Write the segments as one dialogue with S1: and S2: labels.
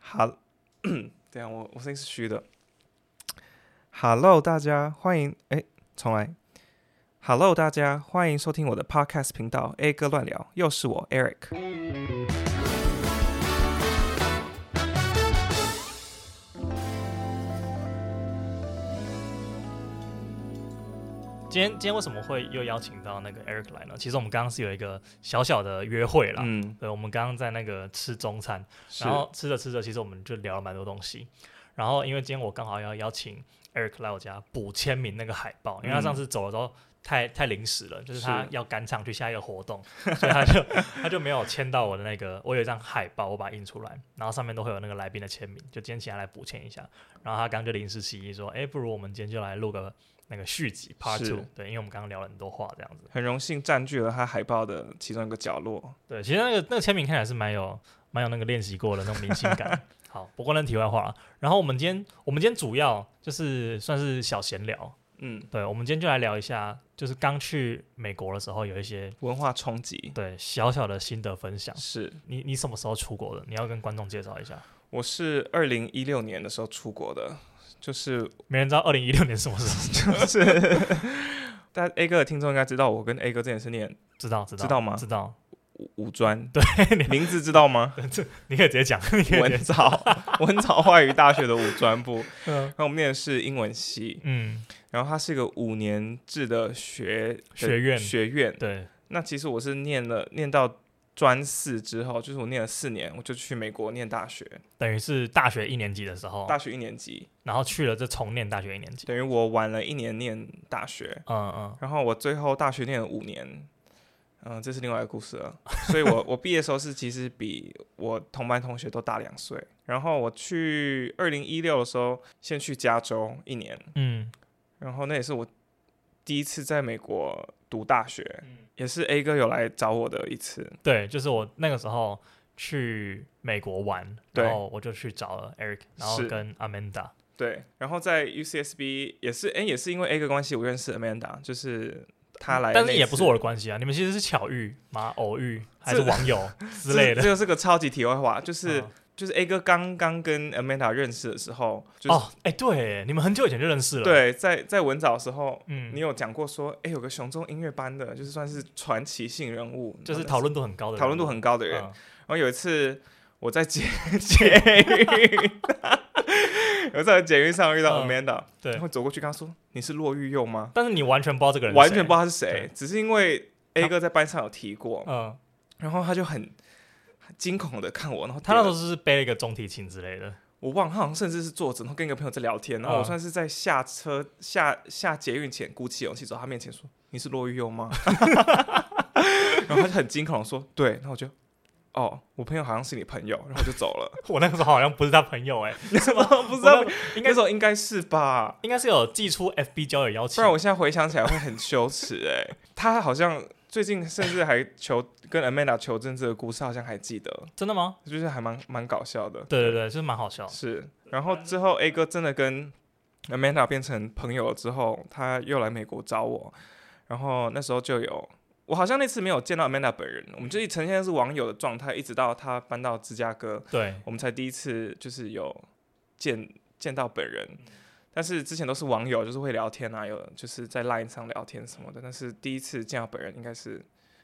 S1: 哈， 等一下我我声音是虚的。Hello，大家欢迎，哎，重来。Hello，大家欢迎收听我的 Podcast 频道 A 哥乱聊，又是我 Eric。
S2: 今天今天为什么会又邀请到那个 Eric 来呢？其实我们刚刚是有一个小小的约会啦。
S1: 嗯，
S2: 对，我们刚刚在那个吃中餐，
S1: 是
S2: 然后吃着吃着，其实我们就聊了蛮多东西。然后因为今天我刚好要邀请 Eric 来我家补签名那个海报，因为他
S1: 嗯
S2: 上次走了之后太太临时了，就是他
S1: 是
S2: 要赶场去下一个活动， 所以他就他就没有签到我的那个，我有一张海报，我把它印出来，然后上面都会有那个来宾的签名，就今天请他来补签一下。然后他刚就临时起意说，哎，不如我们今天就来录个那个续集 Part
S1: 是
S2: Two，对，因为我们刚刚聊了很多话这样子。
S1: 很荣幸占据了他海报的其中一个角落。
S2: 对，其实那个那个签名看起来是蛮有蛮有那个练习过的那种明星 感。好，不过那题外话了。然后我们今天我们今天主要就是算是小闲聊，
S1: 嗯，
S2: 对，我们今天就来聊一下，就是刚去美国的时候有一些
S1: 文化冲击
S2: 对小小的心得分享。
S1: 是。
S2: 你你什么时候出国的？你要跟观众介绍一下。
S1: 我是二零一六年的时候出国的，就是
S2: 没人知道二零一六年什么时候，
S1: 就是， 但 A 哥的听众应该知道，我跟 A 哥之前是念
S2: 知道知道
S1: 知道吗
S2: 知道，
S1: 五五专，
S2: 对，
S1: 名字知道吗？
S2: 你可以直接讲，你可以直
S1: 文
S2: 接
S1: 藻文藻外语大学的五专部，
S2: 嗯
S1: 然后我们念的是英文系，
S2: 嗯，
S1: 然后它是一个五年制的学的
S2: 学院
S1: 学院。
S2: 对，
S1: 那其实我是念了念到专四之后，就是我念了四年，我就去美国念大学，
S2: 等于是大学一年级的时候，
S1: 大学一年级，
S2: 然后去了再重念大学一年级。
S1: 等于我晚了一年念大学，
S2: 嗯嗯，
S1: 然后我最后大学念了五年。嗯，这是另外一个故事了。所以我我毕业的时候是其实比我同班同学都大两岁。然后我去二零一六的时候，先去加州一年，
S2: 嗯，
S1: 然后那也是我第一次在美国读大学，
S2: 嗯
S1: 也是 A 哥有来找我的一次。
S2: 对，就是我那个时候去美国玩，
S1: 对
S2: 然后我就去找了 Eric，然后
S1: 是
S2: 跟 Amanda，
S1: 对，然后在 UCSB 也是，哎、也是因为 A 哥关系，我认识 Amanda，就是他来，
S2: 嗯但是也不是我的关系啊，你们其实是巧遇吗？偶遇还是 网友之
S1: 这
S2: 类
S1: 这
S2: 的？
S1: 就是个超级题外话，就是、
S2: 嗯
S1: 就是 A 哥刚刚跟 Amanda 认识的时候，就是、
S2: 哦，哎、对，你们很久以前就认识了，，
S1: 对，在在文藻的时候。你
S2: 嗯，
S1: 有讲过说，哎、有个雄中音乐班的，就是算是传奇性人物，
S2: 就是
S1: 然后
S2: 讨论度很高的人，
S1: 讨论度很高的人。
S2: 嗯
S1: 然后有一次我在捷 捷运， 我在捷运上遇到
S2: 嗯
S1: Amanda，、
S2: 对
S1: 然，后走过去跟她说：“你是骆玉佑吗
S2: 但是你完全不知道这个？”人，
S1: 完全不知
S2: 道，
S1: 道她是谁
S2: 对，
S1: 只是因为 A 哥在班上有提过，
S2: 嗯，
S1: 然后他就很惊恐的看我，然后
S2: 他那时
S1: 点
S2: 候
S1: 了
S2: 是背了一个中提琴之类的，
S1: 我忘了，他好像甚至是坐着，然后跟一个朋友在聊天，然后我
S2: 嗯
S1: 算是在下车下下捷运前鼓起勇气走到他面前说：“你是骆玉佑吗？” 然后他就很惊恐的说：“对。”然后我就。哦，我朋友好像是你朋友，然后我就走了。
S2: 我那个时候好像不是他朋友、哎，
S1: 什么 不
S2: 不
S1: 知道
S2: 应
S1: 那
S2: 该
S1: 时候应该是吧，
S2: 应该是有寄出 FB 交友邀
S1: 不
S2: 请
S1: 然，我现在回想起来会很羞耻哎、他好像最近甚至还求跟 Amanda 求证这个故事，好像还记得，
S2: 真的吗？
S1: 就是还蛮蛮搞笑的。
S2: 对对对，就是蛮好笑的，
S1: 是。然后之后 A 哥真的跟 Amanda 变成朋友了之后，他又来美国找我，然后那时候就有。我好像那次没有见到 Amanda 本人，我们就一呈现是网友的状态，一直到他搬到芝加哥，
S2: 对，
S1: 我们才第一次就是有见见到本人，
S2: 嗯
S1: 但是之前都是网友，就是会聊天啊，有就是在 LINE 上聊天什么的，但是第一次见到本人应该是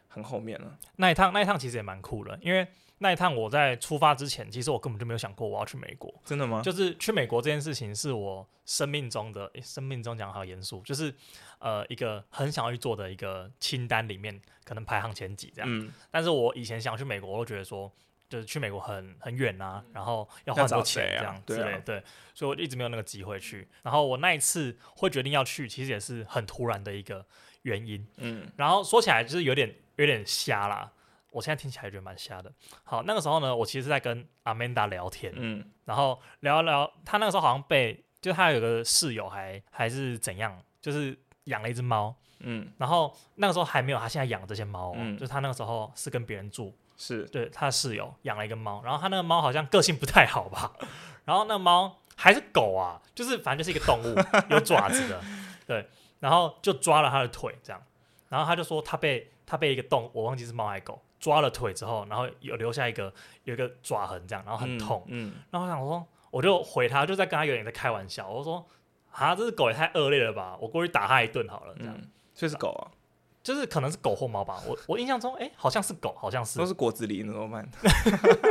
S1: 很后面了。
S2: 那一趟那一趟其实也蛮酷的，因为那一趟我在出发之前，其实我根本就没有想过我要去美国。
S1: 真的吗？
S2: 就是去美国这件事情是我生命中的，诶生命中讲好严肃，就是呃一个很想要去做的一个清单里面，可能排行前几这样。
S1: 嗯，
S2: 但是我以前想去美国，我都觉得说。就是去美国很很远啊，然后要花很
S1: 要
S2: 多
S1: 找谁
S2: 钱
S1: 啊
S2: 这样之
S1: 对啊
S2: 类的，对，所以我一直没有那个机会去。然后我那一次会决定要去，其实也是很突然的一个原因，
S1: 嗯，
S2: 然后说起来就是有点有点瞎啦，我现在听起来觉得蛮瞎的。好，那个时候呢，我其实是在跟 Amanda 聊天，
S1: 嗯，
S2: 然后聊一聊，她那个时候好像被，就她有个室友还还是怎样，就是养了一只猫，
S1: 嗯，
S2: 然后那个时候还没有她现在养的这些猫、哦，
S1: 嗯
S2: 就是她那个时候是跟别人住，
S1: 是，
S2: 对，她的室友养了一个猫，然后她那个猫好像个性不太好吧，然后那猫还是狗啊，就是反正就是一个动物，有爪子的，对，然后就抓了她的腿这样，然后她就说她被她被一个动，我忘记是猫还是狗抓了腿之后，然后有留下一个有一个爪痕这样，然后很痛。
S1: 嗯，
S2: 然后我想说，我就回他，就在跟他有点在开玩笑，我说啊，这只狗也太恶劣了吧，我过去打它一顿好了，这
S1: 嗯
S2: 样、
S1: 嗯，所以是狗啊，
S2: 就是可能是狗或猫吧，我我印象中，哎、好像是狗，好像是
S1: 都是果子狸，那怎么办？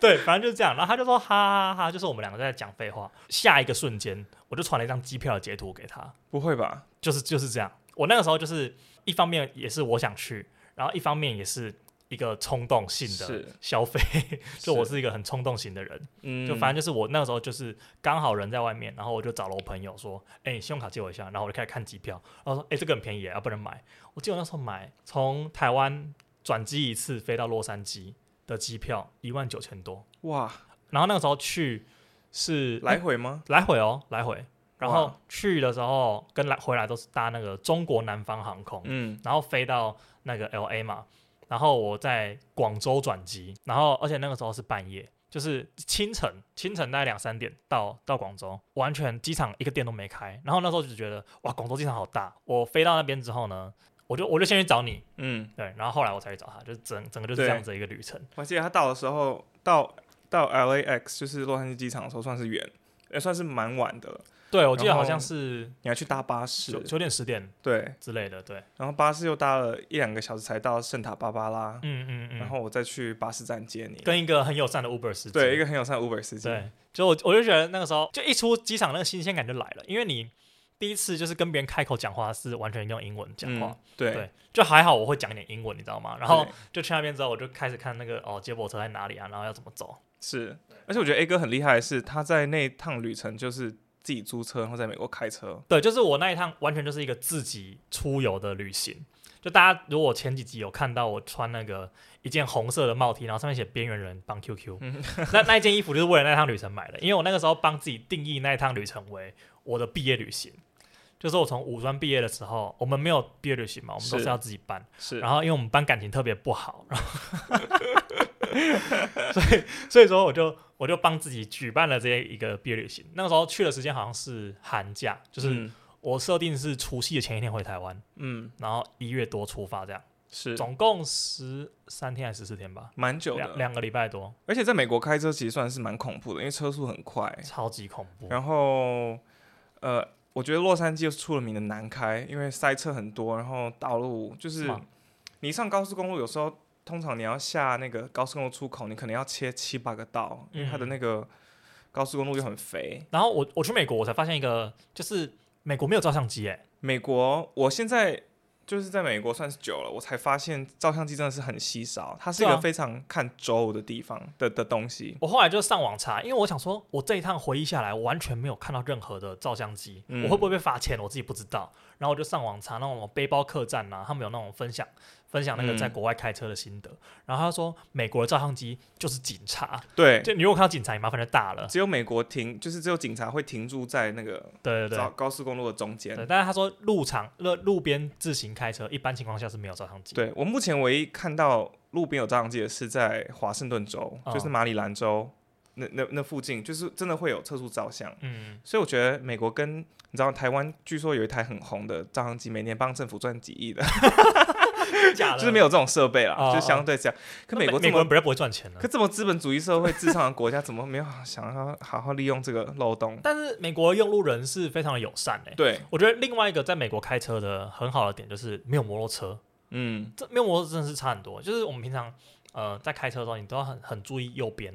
S2: 对，反正就是这样。然后他就说哈哈哈哈，就是我们两个在讲废话。下一个瞬间，我就传了一张机票的截图给他，
S1: 不会吧？
S2: 就是就是这样。我那个时候就是一方面也是我想去，然后一方面也是一个冲动性的
S1: 是
S2: 消费，
S1: 是
S2: 就我是一个很冲动型的人，
S1: 嗯，
S2: 就反正就是我那个时候就是刚好人在外面，然后我就找了我朋友说，哎、你信用卡借我一下，然后我就开始看机票，然后说，哎、这个很便宜，啊，不能买。我记得我那时候买从台湾转机一次飞到洛杉矶的机票一万九千多，
S1: 哇，
S2: 然后那个时候去是哎
S1: 来回 吗？
S2: 来回哦，来回。然
S1: 哇
S2: 后去的时候跟来回来都是搭那个中国南方航空，
S1: 嗯，
S2: 然后飞到那个 L A 嘛，然后我在广州转机，然后而且那个时候是半夜，就是清晨，清晨大概两三点到到广州，完全机场一个店都没开。然后那时候就觉得哇，广州机场好大。我飞到那边之后呢，我就我就先去找你，
S1: 嗯，
S2: 对，然后后来我才去找他，就是整整个就是这
S1: 对
S2: 样子的一个旅程。
S1: 我还记得他到的时候，到到 LAX 就是洛杉矶机场的时候，算是远，也算是蛮晚的了。
S2: 对，我记得
S1: 然后
S2: 好像是
S1: 你还去搭巴士
S2: 九，九点十点
S1: 对，
S2: 之类的，对，
S1: 然后巴士又搭了一两个小时才到圣塔芭芭拉，
S2: 嗯嗯嗯，
S1: 然后我再去巴士站接你。
S2: 跟一个很友善的 Uber 司机，
S1: 对，一个很友善的 Uber 司机。
S2: 对，就我我就觉得那个时候就一出机场，那个新鲜感就来了，因为你第一次就是跟别人开口讲话是完全用英文讲话，
S1: 嗯，对
S2: 对，就还好我会讲一点英文，你知道吗？然后
S1: 对
S2: 就去那边之后，我就开始看那个哦接驳车在哪里啊，然后要怎么走，
S1: 是，而且我觉得 A 哥很厉害的是，他在那一趟旅程就是自己租车，然后在美国开车。
S2: 对，就是我那一趟完全就是一个自己出游的旅行。就大家如果前几集有看到我穿那个一件红色的帽 T，然后上面写“边缘人帮 QQ”，、
S1: 嗯
S2: 那 那一件衣服就是为了那趟旅程买的，因为我那个时候帮自己定义那一趟旅程为我的毕业旅行。就是我从五专毕业的时候，我们没有毕业旅行嘛，我们都是
S1: 是
S2: 要自己办。
S1: 是，
S2: 然后因为我们班感情特别不好，然后 所以所以说我就我就帮自己举办了这一个毕业旅行。那个时候去的时间好像是寒假，就是
S1: 嗯
S2: 我设定是除夕的前一天回台湾，
S1: 嗯
S2: 然后一月多出发，这样
S1: 是
S2: 总共十三天还是十四天吧，
S1: 蛮久
S2: 两
S1: 的，
S2: 两个礼拜多，
S1: 而且在美国开车其实算是蛮恐怖的，因为车速很快。
S2: 超级恐怖。
S1: 然后，呃，我觉得洛杉矶又是出了名的难开，因为塞车很多，然后道路就是
S2: 吗
S1: 你上高速公路有时候。通常你要下那个高速公路出口，你可能要切七八个道，因为它的
S2: 嗯
S1: 那个高速公路又很肥，
S2: 然后我我去美国，我才发现一个，就是美国没有照相机、哎，
S1: 美国，我现在就是在美国算是久了，我才发现照相机真的是很稀少，它是一
S2: 对啊
S1: 个非常看州的地方的的东西。
S2: 我后来就上网查，因为我想说，我这一趟回忆下来，我完全没有看到任何的照相机，
S1: 嗯
S2: 我会不会被罚钱，我自己不知道。然后我就上网查那种背包客栈啊，他们有那种分享分享那个
S1: 嗯
S2: 在国外开车的心得。然后他说，美国的照相机就是警察，
S1: 对，
S2: 就你如果看到警察，你麻烦就大了。
S1: 只有美国停，就是只有警察会停驻在那个
S2: 对对
S1: 高
S2: 对。
S1: 高速公路的中间
S2: 对，。但是他说路场路路边自行开车，一般情况下是没有照相机。，
S1: 对我目前唯一看到路边有照相机的是在华盛顿州，
S2: 哦
S1: 就是马里兰州那那那附近，就是真的会有测速照相。
S2: 嗯，
S1: 所以我觉得美国跟你知道台湾，据说有一台很红的照相机，每年帮政府赚几亿的，
S2: 真假的，
S1: 就是没有这种设备啦，
S2: 哦
S1: 就相对这样。可
S2: 那
S1: 美
S2: 美
S1: 国这
S2: 美
S1: 么
S2: 国人比较不会赚钱呢
S1: 可。这么资本主义社会至上的国家，怎么没有想要好好利用这个漏 洞？
S2: 但是美国用路人是非常的友善诶、
S1: 对，
S2: 我觉得另外一个在美国开车的很好的点就是没有摩托车，
S1: 嗯，
S2: 这没有摩托车真的是差很多。就是我们平常呃在开车的时候，你都要很很注意右边，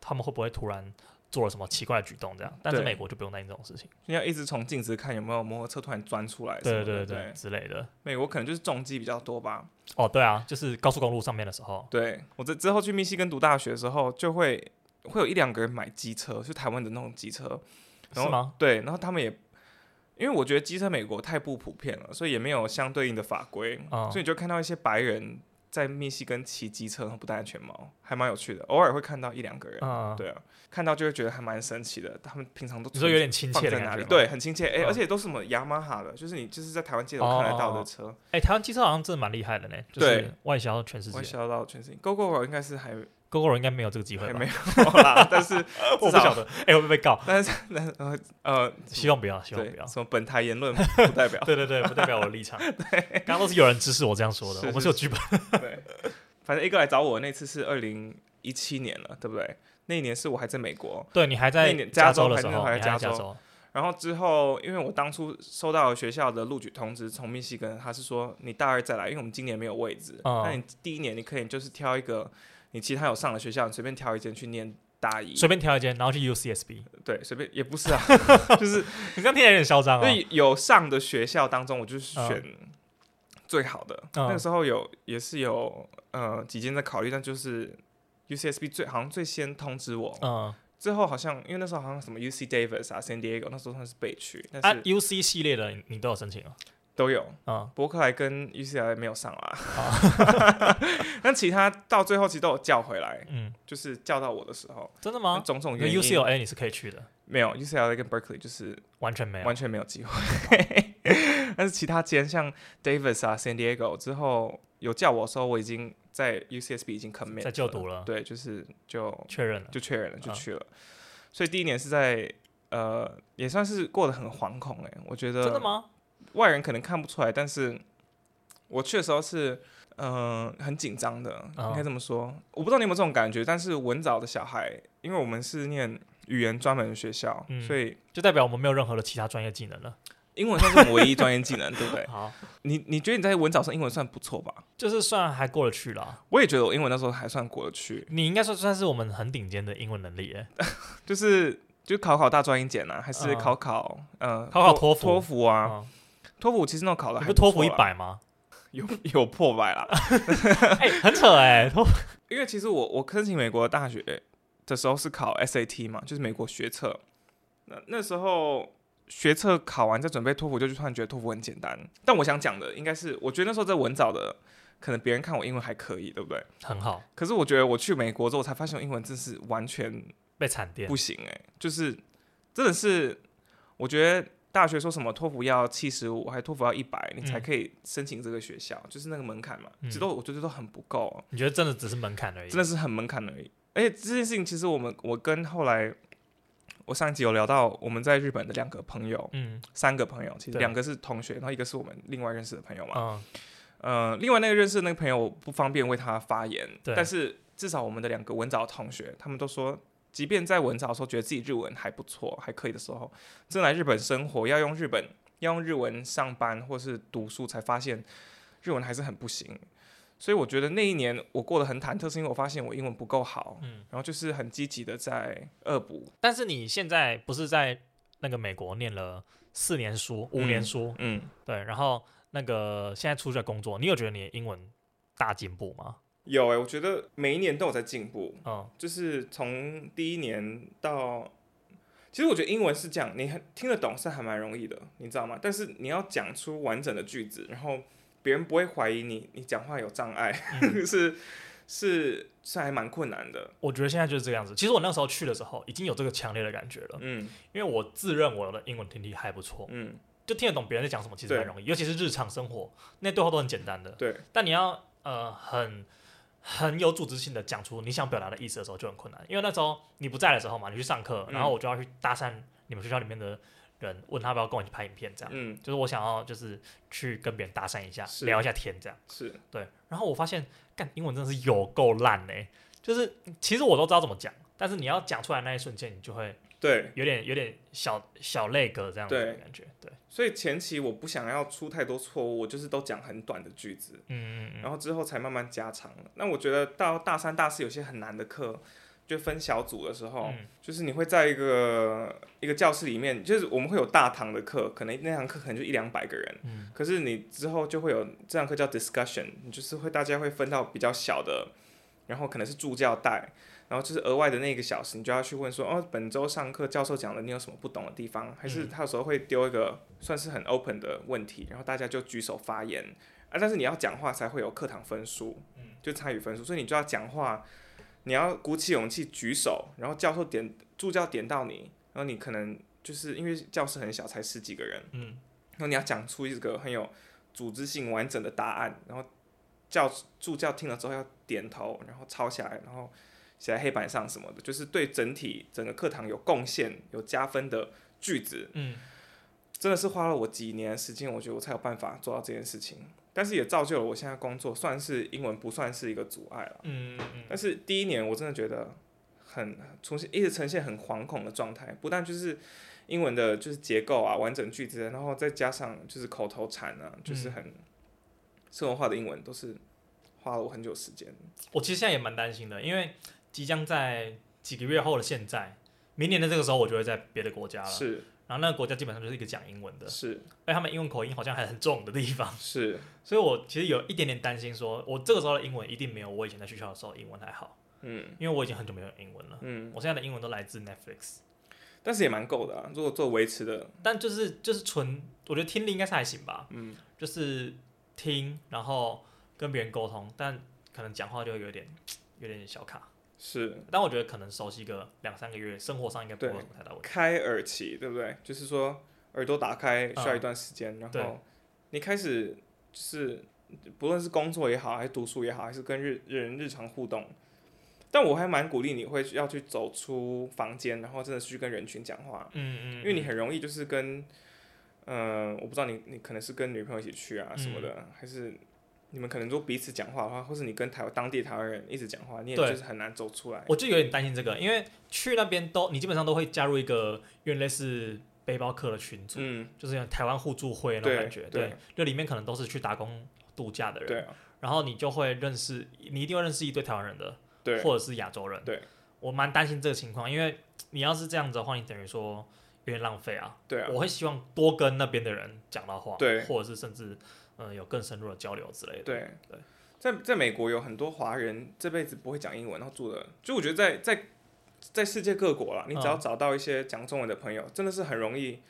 S2: 他们会不会突然做了什么奇怪的举动这样。但是
S1: 对
S2: 美国就不用担心这种事情，
S1: 你要一直从镜子看有没有摩托车突然钻出来什
S2: 对
S1: 么的。
S2: 对对
S1: 对，
S2: 之类的。
S1: 美国可能就是重机比较多吧。
S2: 哦，对啊，就是高速公路上面的时候，
S1: 对我这之后去密西根读大学的时候，就会会有一两个人买机车，就台湾的那种机车。然后
S2: 是吗？
S1: 对，然后他们也，因为我觉得机车美国太不普遍了，所以也没有相对应的法规，
S2: 哦
S1: 所以你就看到一些白人在密西根骑机车，然后不戴安全帽，还蛮有趣的。偶尔会看到一两个人，
S2: 嗯，
S1: 对啊，看到就会觉得还蛮神奇的。他们平常都
S2: 你说有点亲
S1: 放
S2: 切的
S1: 在
S2: 感
S1: 哪里？
S2: 觉吗，
S1: 对，很亲切。哎、
S2: 嗯
S1: 而且都是什么雅马哈的，就是你就是在台湾街头看得到的车，
S2: 哎，台湾机车好像真的蛮厉害的呢，就是
S1: 对
S2: 外销全世界
S1: 我销到全世界。GoGo 应该是还
S2: ，GoGo 应该没有这个机会
S1: 还
S2: 吧？
S1: 没有啦，但是
S2: 我不晓得，哎，会不会被告？
S1: 但是但是呃呃，
S2: 希望不要，希望
S1: 对
S2: 不要，。
S1: 什么本台言论不 代表
S2: 对对对，不代表我的立场。刚刚都是有人指使我这样说的，
S1: 是
S2: 我们
S1: 是
S2: 是有剧本。
S1: 对。反正 A 哥来找我那次是二零一七年了，对不对？那一年是我还在美国，
S2: 对你还
S1: 那
S2: 在
S1: 年加
S2: 加
S1: 州
S2: 的
S1: 还
S2: 时
S1: 那时候
S2: 候，
S1: 还
S2: 你
S1: 在
S2: 还在
S1: 加
S2: 加
S1: 州
S2: 州，
S1: 然后之后，因为我当初收到学校的录取通知，从密西根，他是说你大二再来，因为我们今年没有位置。
S2: 嗯
S1: 那你第一年你可以就是挑一个你其他有上的学校，你随便挑一间去念大一。
S2: 随便挑一间，然后去 UCSB。
S1: 对，随便也不 是啊，就是
S2: 你刚听起来有点嚣张
S1: 因
S2: 哦。
S1: 为有上的学校当中，我就是选最好的。
S2: 嗯
S1: 那个时候有也是有呃几间在考虑，但就是 UCSB 最好像最先通知我，
S2: 嗯，
S1: 最后好像因为那时候好像什么 UC Davis 啊、San Diego 那时候算是被区，
S2: 啊
S1: 但是
S2: ，UC 系列的你你都有申请哦。
S1: 都有。
S2: 嗯，
S1: 伯克莱跟 UCLA 没有上啦，
S2: 哦
S1: 但其他到最后其实都有叫回来，
S2: 嗯，
S1: 就是叫到我的时候，
S2: 真的
S1: 那
S2: 吗？
S1: 种种
S2: 哦那
S1: 原因
S2: UCLA 你是可以去的，
S1: 没有 UCLA 跟 Berkeley 就是
S2: 完全没有。
S1: 完全没有机会， 但是其他间像 Davis 啊、San Diego 之后有叫我的时候，我已经在 UCSB 已经 commit
S2: 在就读了
S1: 了，对，就是就
S2: 确认了。
S1: 就确认了，就
S2: 嗯
S1: 去了，所以第一年是在呃也算是过得很惶恐哎、我觉得
S2: 真的吗？
S1: 外人可能看不出来，但是我去的时候是嗯、呃很紧张的，
S2: 哦
S1: 应该这么说。我不知道你有没有这种感觉，但是文藻的小孩，因为我们是念语言专门的学校，
S2: 嗯
S1: 所以
S2: 就代表我们没有任何的其他专业技能了。
S1: 英文算是我们唯一专业技能，对 不对？
S2: 好，
S1: 你你觉得你在文藻上英文算不错吧？
S2: 就是算还过得去了。
S1: 我也觉得我英文那时候还算过得去，
S2: 你应该说算是我们很顶尖的英文能力耶。
S1: 就是。就考考大专英检啊，还是
S2: 嗯
S1: 考考、呃
S2: 考考
S1: 托
S2: 托福
S1: 托福啊？
S2: 嗯，
S1: 托福其实那种考的
S2: 你
S1: 还
S2: 不
S1: 错啊
S2: 托
S1: 啦
S2: 福一百吗？
S1: 有有 破百啦，
S2: 哎，很扯哎， 托福
S1: 因为其实我我申请美国大学的时候是考 SAT 嘛，就是美国学测。那那时候学测考完再准备托福，就突然觉得托福很简单。但我想讲的应该是，我觉得那时候在文藻的，可能别人看我英文还可以，对不对？
S2: 很好，
S1: 可是我觉得我去美国之后，我才发现我英文真是完全
S2: 被惨电
S1: 不。行哎、就是真的是，我觉得大学说什么托福要七十五，还托福要一百，你才
S2: 嗯
S1: 可以申请这个学校，就是那个门槛嘛，
S2: 嗯
S1: 这都我觉得都很不够、啊
S2: 你觉得真的只是门槛而已？
S1: 真的是很门槛而已。而且这件事情，其实我们我跟后来我上一集有聊到，我们在日本的两个朋友，
S2: 嗯
S1: 三个朋友，其实
S2: 对
S1: 两个是同学，然后一个是我们另外认识的朋友嘛。
S2: 嗯，
S1: 呃，另外那个认识的那个朋友，我不方便为他发言，
S2: 对
S1: 但是至少我们的两个文藻同学，他们都说。即便在文藻的时候觉得自己日文还不错，还可以的时候，真来日本生活要用日本要用日文上班或是读书，才发现日文还是很不行。所以我觉得那一年我过得很忐忑，是因为我发现我英文不够好，
S2: 嗯
S1: 然后就是很积极的在恶补，
S2: 但是你现在不是在那个美国念了四年书、五年书，
S1: 嗯，
S2: 对，然后那个现在出去工作，你有觉得你的英文大进步吗？
S1: 有诶、欸我觉得每一年都有在进步，
S2: 嗯
S1: 就是从第一年到，其实我觉得英文是这样，你很听得懂是还蛮容易的，你知道吗？但是你要讲出完整的句子，然后别人不会怀疑你，你讲话有障碍， 是是是还蛮困难的。
S2: 我觉得现在就是这个样子。其实我那时候去的时候，已经有这个强烈的感觉了，
S1: 嗯
S2: 因为我自认我的英文听力还不错，
S1: 嗯，
S2: 就听得懂别人在讲什么，其实
S1: 对
S2: 蛮容易，尤其是日常生活那些对话都很简单的。
S1: 对，
S2: 但你要呃很很有组织性的讲出你想表达的意思的时候就很困难，因为那时候你不在的时候嘛，你去上课，
S1: 嗯
S2: 然后我就要去搭讪你们学校里面的人，问他要不要跟我一起拍影片，这样，
S1: 嗯
S2: 就是我想要就是去跟别人搭讪一下，
S1: 是
S2: 聊一下天这样。
S1: 是，
S2: 对，然后我发现干英文真的是有够烂哎，就是其实我都知道怎么讲，但是你要讲出来那一瞬间，你就会
S1: 对。
S2: 有点有点小小泪格这样子的
S1: 对
S2: 感觉。对，
S1: 所以前期我不想要出太多错误，我就是都讲很短的句子，
S2: 嗯嗯嗯，
S1: 然后之后才慢慢加长。那我觉得到大三、大四有些很难的课，就分小组的时候，
S2: 嗯
S1: 就是你会在一个一个教室里面，就是我们会有大堂的课，可能那堂课可能就一两百个人，
S2: 嗯
S1: 可是你之后就会有这堂课叫 discussion，你就是会大家会分到比较小的，然后可能是助教带。然后就是额外的那一个小时，你就要去问说，哦，本周上课教授讲的，你有什么不懂的地方？还是
S2: 嗯
S1: 他有时候会丢一个算是很 open 的问题，然后大家就举手发言，啊，但是你要讲话才会有课堂分数，
S2: 嗯
S1: 就参与分数，所以你就要讲话，你要鼓起勇气举手，然后教授点助教点到你，然后你可能就是因为教室很小，才十几个人，
S2: 嗯，
S1: 然后你要讲出一个很有组织性完整的答案，然后教助教听了之后要点头，然后抄下来，然后写在黑板上什么的，就是对整体整个课堂有贡献、有加分的句子，
S2: 嗯，
S1: 真的是花了我几年的时间，我觉得我才有办法做到这件事情。但是也造就了我现在工作，算是英文不算是一个阻碍了。
S2: 嗯嗯
S1: 但是第一年我真的觉得很重新一直呈现很惶恐的状态，不但就是英文的就是结构啊、完整句子，然后再加上就是口头禅啊，就是很生活化的英文，都是花了我很久时间。
S2: 我其实现在也蛮担心的，因为即将在几个月后的现在，明年的这个时候，我就会在别的国家了。
S1: 是
S2: 然后那个国家基本上就是一个讲英文的，
S1: 是
S2: 而他们英文口音好像还很重的地方，
S1: 是，
S2: 所以我其实有一点点担心说，我这个时候的英文一定没有我以前在学校的时候英文还好，
S1: 嗯
S2: 因为我已经很久没有英文了。
S1: 嗯，
S2: 我现在的英文都来自 Netflix，
S1: 但是也蛮够的啊。如果做维持的，
S2: 但就是就是纯，我觉得听力应该是还行吧，
S1: 嗯，
S2: 就是听，然后跟别人沟通，但可能讲话就会有点有点小卡。
S1: 是
S2: 但我觉得可能熟悉个两三个月，生活上应该不会有什么太大问题。
S1: 开耳期，对不对？就是说耳朵打开需要
S2: 嗯
S1: 一段时间，然
S2: 对
S1: 后你开始就是不论是工作也好，还是读书也好，还是跟日人日常互动。但我还蛮鼓励你会要去走出房间，然后真的去跟人群讲话，
S2: 嗯嗯，
S1: 因为你很容易就是跟，呃，我不知道你你可能是跟女朋友一起去啊什么的，还是你们可能说彼此讲话的话，或是你跟台当地台湾人一直讲话，你也
S2: 对
S1: 就是很难走出来。
S2: 我就有点担心这个，因为去那边都你基本上都会加入一个有点类似背包客的群组，
S1: 嗯，
S2: 就是像台湾互助会那种
S1: 对
S2: 感觉，
S1: 对
S2: 对，就里面可能都是去打工度假的
S1: 对
S2: 人，
S1: 啊，
S2: 然后你就会认识，你一定会认识一堆台湾人的，
S1: 对，啊
S2: 或者是亚洲人，
S1: 对，
S2: 我蛮担心这个情况，因为你要是这样子的话，你等于说有点浪费啊，
S1: 对啊，
S2: 我会希望多跟那边的人讲到话，
S1: 对
S2: 或者是甚至嗯、呃有更深入的交流之类的，
S1: 对
S2: 对
S1: 在在美国有很多华人这辈子不会讲英文，然后住的，就我觉得在在在世界各国啦，你只要
S2: 嗯
S1: 找到一些讲中文的朋友，真的是很容易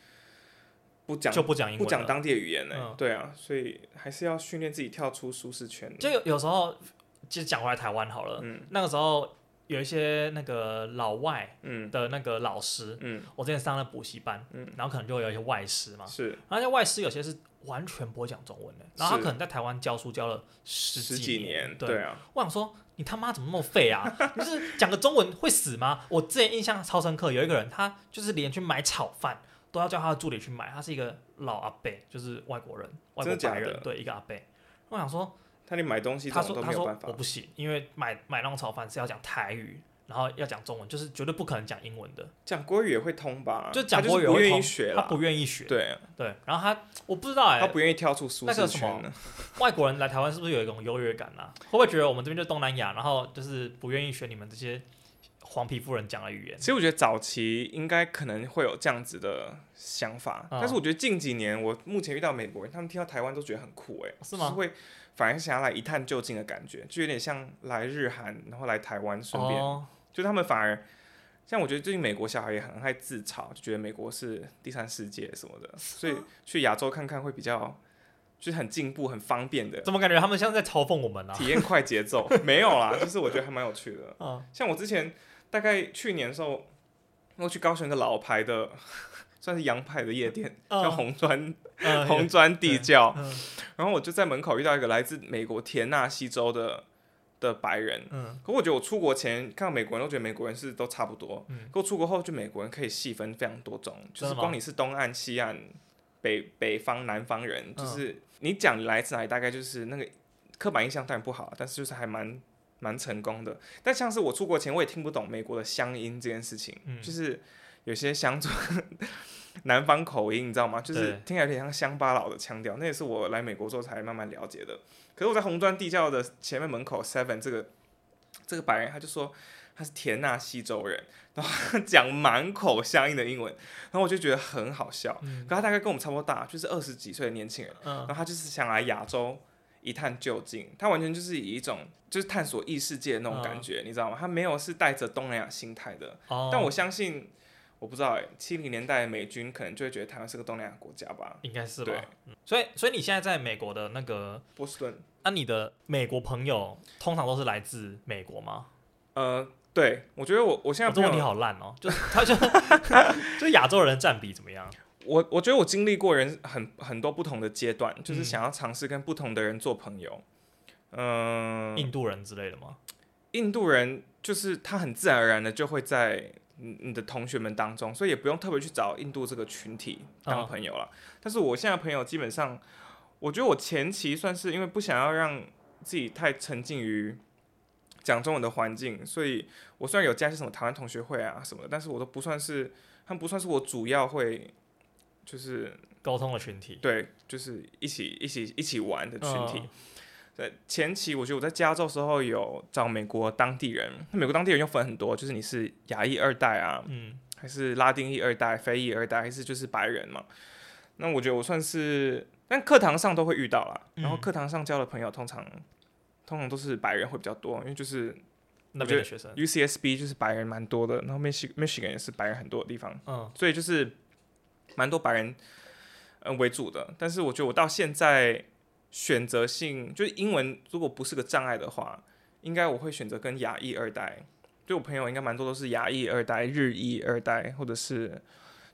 S1: 不讲
S2: 就不讲英
S1: 不
S2: 文
S1: 讲
S2: 了
S1: 当地的语言呢、
S2: 嗯
S1: 对啊，所以还是要训练自己跳出舒适圈。
S2: 就有有时候，其实讲回来台湾好了，
S1: 嗯
S2: 那个时候有一些那个老外
S1: 嗯
S2: 的那个老师，
S1: 嗯，
S2: 我之前上了补习班，
S1: 嗯
S2: 然后可能就会有一些外师嘛，
S1: 是
S2: 然后那些外师有些是完全不会讲中文的，然后他
S1: 是
S2: 可能在台湾教书教了十
S1: 十几
S2: 几
S1: 年，
S2: 对，
S1: 对啊，
S2: 我想说。你他妈怎么那么废啊！ 你是讲个中文会死吗？我之前印象超深刻，有一个人他就是连去买炒饭都要叫他的助理去买，他是一个老阿伯，就是外国人，
S1: 真
S2: 外国
S1: 的假
S2: 白
S1: 的
S2: 人，对，一个阿伯。我想说，
S1: 他连买东西这
S2: 他
S1: 种
S2: 说
S1: 都
S2: 他
S1: 没有
S2: 说
S1: 办
S2: 我
S1: 法。
S2: 不行，因为买买那种炒饭是要讲台语，然后要讲中文，就是绝对不可能讲英文的。
S1: 讲国语也会通吧？
S2: 就
S1: 他
S2: 讲
S1: 就是
S2: 国语
S1: 不
S2: 会
S1: 愿意
S2: 通
S1: 学
S2: 他
S1: 啦。
S2: 不愿意学，
S1: 对啊，
S2: 对然后他我不知道哎、
S1: 他不愿意跳出舒
S2: 那
S1: 适
S2: 个什
S1: 圈
S2: 么
S1: 呢。
S2: 外国人来台湾是不是有一种优越感啊？会不会觉得我们这边就东南亚，然后就是不愿意学你们这些黄皮肤人讲的语言
S1: 其？实我觉得早期应该可能会有这样子的想法，
S2: 嗯
S1: 但是我觉得近几年我目前遇到美国人，他们听到台湾都觉得很酷哎、
S2: 哦是吗
S1: 就会反而想要来一探究竟的感觉，就有点像来日韩，然后来台湾顺便，
S2: 哦，
S1: 就他们反而像我觉得最近美国小孩也很爱自嘲，就觉得美国是第三世界什么的，所以去亚洲看看会比较就是很进步、很方便的
S2: 怎么感觉他们像在嘲讽我们啊？
S1: 体验快节 奏，没有啦，就是我觉得还蛮有趣的。
S2: 嗯，
S1: 像我之前大概去年的时候，我去高雄一个老牌的， 算是洋派的夜店， 叫
S2: 嗯
S1: 红砖、
S2: 嗯
S1: 红砖地窖。
S2: 嗯
S1: 然后我就在门口遇到一个来自美国田纳西州的的白人。
S2: 嗯
S1: 可我觉得我出国前看到美国人，都觉得美国人是都差不多。
S2: 嗯
S1: 可我出国后，就美国人可以细分非常多种，就
S2: 真
S1: 是
S2: 的吗
S1: 光你是东岸、西岸、北北方、南方
S2: 嗯
S1: 人，就是你讲你来自哪里，大概就是那个刻板印象当然不好，但是就是还蛮蛮成功的。但像是我出国前，我也听不懂美国的乡音这件事情，
S2: 嗯
S1: 就是有些乡村 南方口音，你知道吗？就是
S2: 对
S1: 听起来有点像乡巴佬的腔调，那也是我来美国之后才慢慢了解的。可是我在红砖地窖的前面门口 Seven 这个这个白人，他就说他是田纳西州人， 然后他讲满口乡音的英文，然后我就觉得很好笑。
S2: 嗯
S1: 可他大概跟我们差不多大，就是二十几岁的年轻人，然
S2: 嗯
S1: 后他就是想来亚洲一探究竟，他完全就是以一种就是探索异世界的那
S2: 嗯
S1: 种感觉，你知道吗？他没有是带着东南亚心态的，
S2: 哦，
S1: 但我相信，我不知道欸七零年代的美军可能就会觉得台湾是个东南亚国家吧，
S2: 应该是吧
S1: 对。
S2: 嗯所以，所以你现在在美国的那个
S1: 波士顿，
S2: 那、你的美国朋友通常都是来自美国吗？
S1: 呃，对我觉得我我现
S2: 我
S1: 在
S2: 这
S1: 朋
S2: 问题
S1: 友，
S2: 好烂哦， 就是他就就亚洲人的占比怎么样？
S1: 我我觉得我经历过人很很多不同的阶段，就是
S2: 嗯
S1: 想要尝试跟不同的人做朋友，嗯、
S2: 印度人之类的吗？
S1: 印度人就是他很自然而然的就会在你你的同学们当中，所以也不用特别去找印度这个群体当朋友了。但是我现在朋友基本上，我觉得我前期算是因为不想要让自己太沉浸于讲中文的环境，所以我虽然有加一些什么台湾同学会啊什么的，但是我都不算是，他们不算是我主要会，就是
S2: 沟通的群体，
S1: 对，就是一起一起一起玩的群体。
S2: 嗯
S1: 在前期，我觉得我在加州的时候有找美国当地人，那美国当地人又分很多，就是你是亚裔二代啊，
S2: 嗯，
S1: 还是拉丁裔二代、非裔二代，还是就是白人嘛。那我觉得我算是，但课堂上都会遇到啦。
S2: 嗯
S1: 然后课堂上交的朋友，通常通常都是白人会比较多，因为就是
S2: 那
S1: 我觉得
S2: 边的学生，
S1: UCSB 就是白人蛮多的，然后 Mich Michigan 也是白人很多的地方，
S2: 嗯
S1: 所以就是蛮多白人呃为主的。但是我觉得我到现在选择性就是英文，如果不是个障碍的话，应该我会选择跟亚裔二代。就我朋友应该蛮多都是亚裔二代、日裔二代，或者是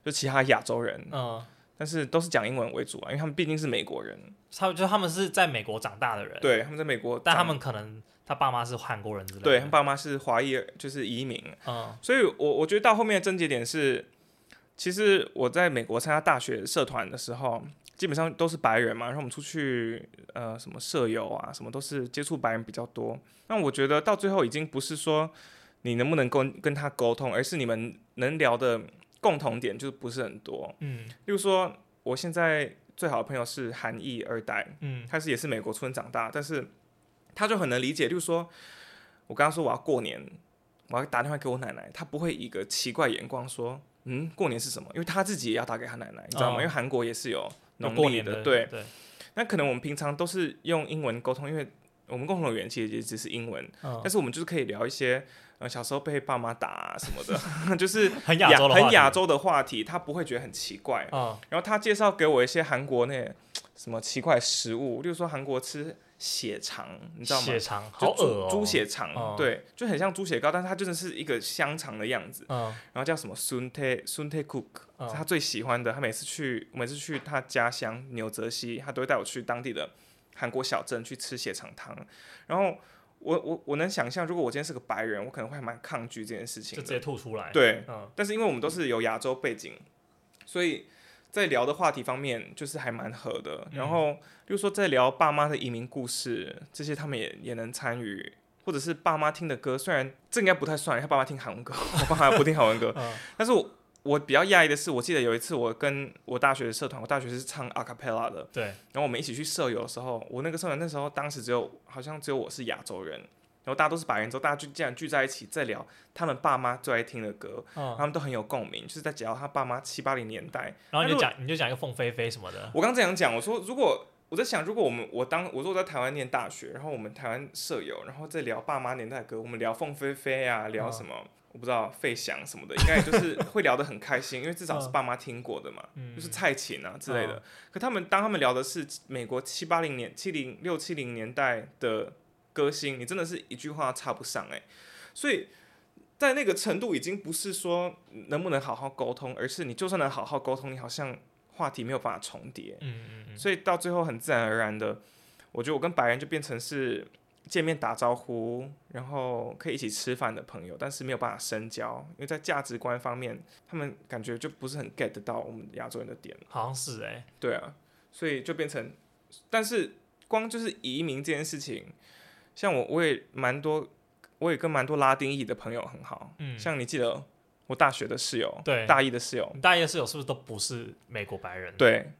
S1: 就其他亚洲人，
S2: 嗯，
S1: 但是都是讲英文为主啊，因为他们毕竟是美国人，
S2: 他们就他们是在美国长大的人，，
S1: 对，他们在美国长，
S2: 但他们可能他爸妈是韩国人之类的，
S1: 对他们爸妈是华裔，就是移民，
S2: 嗯
S1: 所以我我觉得到后面的症结点是，其实我在美国参加大学社团的时候，基本上都是白人嘛，然后我们出去呃什么舍友啊，什么都是接触白人比较多。那我觉得到最后已经不是说你能不能跟跟他沟通，而是你们能聊的共同点就不是很多。
S2: 嗯
S1: 例如说，我现在最好的朋友是韩裔二代，
S2: 嗯
S1: 他是也是美国出生长大，但是他就很能理解，就是说我刚刚说我要过年，我要打电话给我奶奶，他不会以一个奇怪眼光说，嗯，过年是什么？因为他自己也要打给他奶奶，你知道吗？
S2: 哦
S1: 因为韩国也是有
S2: 有
S1: 农
S2: 过
S1: 历
S2: 年
S1: 的，
S2: 对
S1: 对。那可能我们平常都是用英文沟通，因为我们共同的语言其实也只是英文，
S2: 嗯
S1: 但，是我们就是可以聊一些。呃，小时候被爸妈打、啊、什么的， 就是
S2: 很亚洲的话
S1: 很
S2: 题
S1: 亚洲的话题，他不会觉得很奇怪。
S2: 嗯
S1: 然后他介绍给我一些韩国那些什么奇怪的食物，例如说韩国吃血肠，你知道吗？
S2: 血肠好
S1: 就猪
S2: 恶哦，
S1: 猪，血肠，
S2: 哦
S1: 对，就很像猪血糕，但是它真的是一个香肠的样子。
S2: 嗯
S1: 然后叫什么 Sunte Sunte Cook，、
S2: 嗯
S1: 是他最喜欢的。他每次去，每次去他家乡纽泽西，他都会带我去当地的韩国小镇去吃血肠汤。然后我我我能想象，如果我今天是个白人，我可能会蛮抗拒这件事
S2: 就
S1: 情
S2: 直
S1: 的。
S2: 接吐出来，，
S1: 对，
S2: 嗯
S1: 但是因为我们都是有亚洲背景，所以在聊的话题方面就是还蛮合的。然后，比如说在聊爸妈的移民故事，这些他们也也能参与，或者是爸妈听的歌，虽然这应该不太算，因为他爸妈听韩文歌， 我爸妈不听韩文歌，
S2: 嗯
S1: 但是我。我比较讶异的是，我记得有一次我跟我大学的社团，我大学是唱 a cappella 的，
S2: 对，
S1: 然后我们一起去舍友的时候，我那个社团那时候当时只有好像只有我是亚洲人，然后大家都是白人，之后大家就这样聚在一起在聊他们爸妈最爱听的歌，
S2: 嗯，
S1: 他们都很有共鸣，就是在讲他爸妈七八零年代。那
S2: 然后你
S1: 如
S2: 就
S1: 果
S2: 讲你就讲一个凤飞飞什么的，
S1: 我刚这样讲，我说如果我在想，如果我们我当我说我在台湾念大学，然后我们台湾舍友，然后再聊爸妈年代的歌，我们聊凤飞飞啊，聊什么、
S2: 嗯
S1: 我不知道费翔什么的，应该也就是会聊得很开心，因为至少是
S2: 嗯
S1: 爸妈听过的嘛，
S2: 嗯
S1: 就是蔡琴啊之类的。可他们当他们聊的是美国七八零年、七零六七零年代的歌星，你真的是一句话插不上哎、所以。在那个程度，已经不是说能不能好好沟通，而是你就算能好好沟通，你好像话题没有办法重叠。
S2: 嗯嗯嗯，
S1: 所以到最后很自然而然的，我觉得我跟白人就变成是见面打招呼，然后可以一起吃饭的朋友，但是没有办法深交，因为在价值观方面，他们感觉就不是很 get 得到我们亚洲人的点。
S2: 好像是哎，
S1: 对啊，所以就变成，但是光就是移民这件事情，像我我也蛮多，我也跟蛮多拉丁裔的朋友很好，
S2: 嗯，
S1: 像你记得我大学的室友，
S2: 对嗯
S1: 大一的室友，
S2: 你大一的室友是不是都不是美国白人？
S1: 对，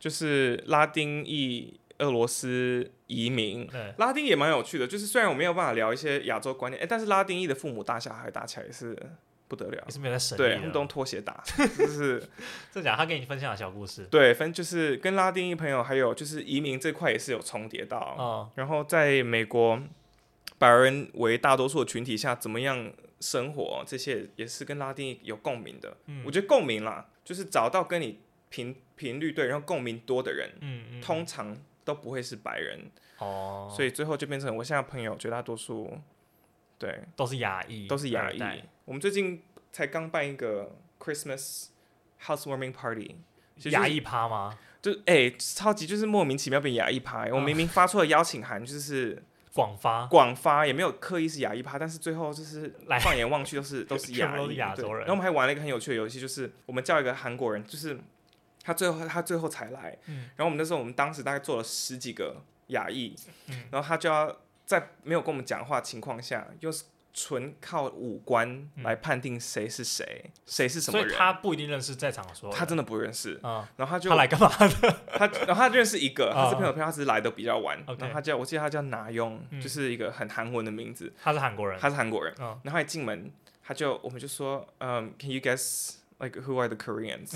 S1: 就是拉丁裔俄罗斯移民。
S2: 对，
S1: 拉丁也蛮有趣的，就是虽然我没有办法聊一些亚洲观念，哎、但是拉丁裔的父母打小孩打起来也是不得了
S2: 你，是没有在省力
S1: 对，他们
S2: 的
S1: 都
S2: 哦。
S1: 拖鞋打，就是
S2: 真假？他给你分享的小故事，
S1: 对，分就是跟拉丁裔朋友还有就是移民这块也是有重叠到，
S2: 嗯
S1: 然后在美国白人为大多数的群体下，怎么样生活，这些也是跟拉丁裔有共鸣的。
S2: 嗯
S1: 我觉得共鸣啦，就是找到跟你频频率对，然后共鸣多的人，
S2: 嗯嗯，
S1: 通常都不会是白人，
S2: 哦，
S1: 所以最后就变成我现在朋友绝大多数对
S2: 都是亚裔，
S1: 都是亚
S2: 二
S1: 裔
S2: 代。
S1: 我们最近才刚办一个 Christmas housewarming party。其实就是
S2: 亚裔趴吗？
S1: 就哎、超级就是莫名其妙被亚裔趴、我
S2: 啊
S1: 明明发出了邀请函，就是
S2: 广发
S1: 广发也没有刻意是亚裔趴，但是最后就是
S2: 来
S1: 放眼 望去都是都是
S2: 全
S1: 亚
S2: 部
S1: 裔，
S2: 都是亚
S1: 对
S2: 洲人
S1: 然后我们还玩了一个很有趣的游戏，就是我们叫一个韩国人，就是他最后他最后才来，
S2: 嗯
S1: 然后我们那时候我们当时大概做了十几个亚裔，
S2: 嗯
S1: 然后他就要在没有跟我们讲话情况下，又是纯靠五官来判定谁是谁，谁是什
S2: 嗯所
S1: 么
S2: 以
S1: 人，
S2: 他不一定认识在场的所有人。
S1: 他真的不认识。
S2: 啊，
S1: 然后他就
S2: 他来干嘛的？
S1: 他然后他认识一个，
S2: 啊
S1: 他是朋友的朋友，他只是来的比较晚。
S2: OK
S1: 然后他叫我记得他叫拿庸
S2: 嗯，
S1: 就是一个很韩文的名字，
S2: 他是韩国人。
S1: 他是韩国人。
S2: 嗯
S1: 然后他一进门，他就我们就说，嗯，Can you guess like who are the Koreans？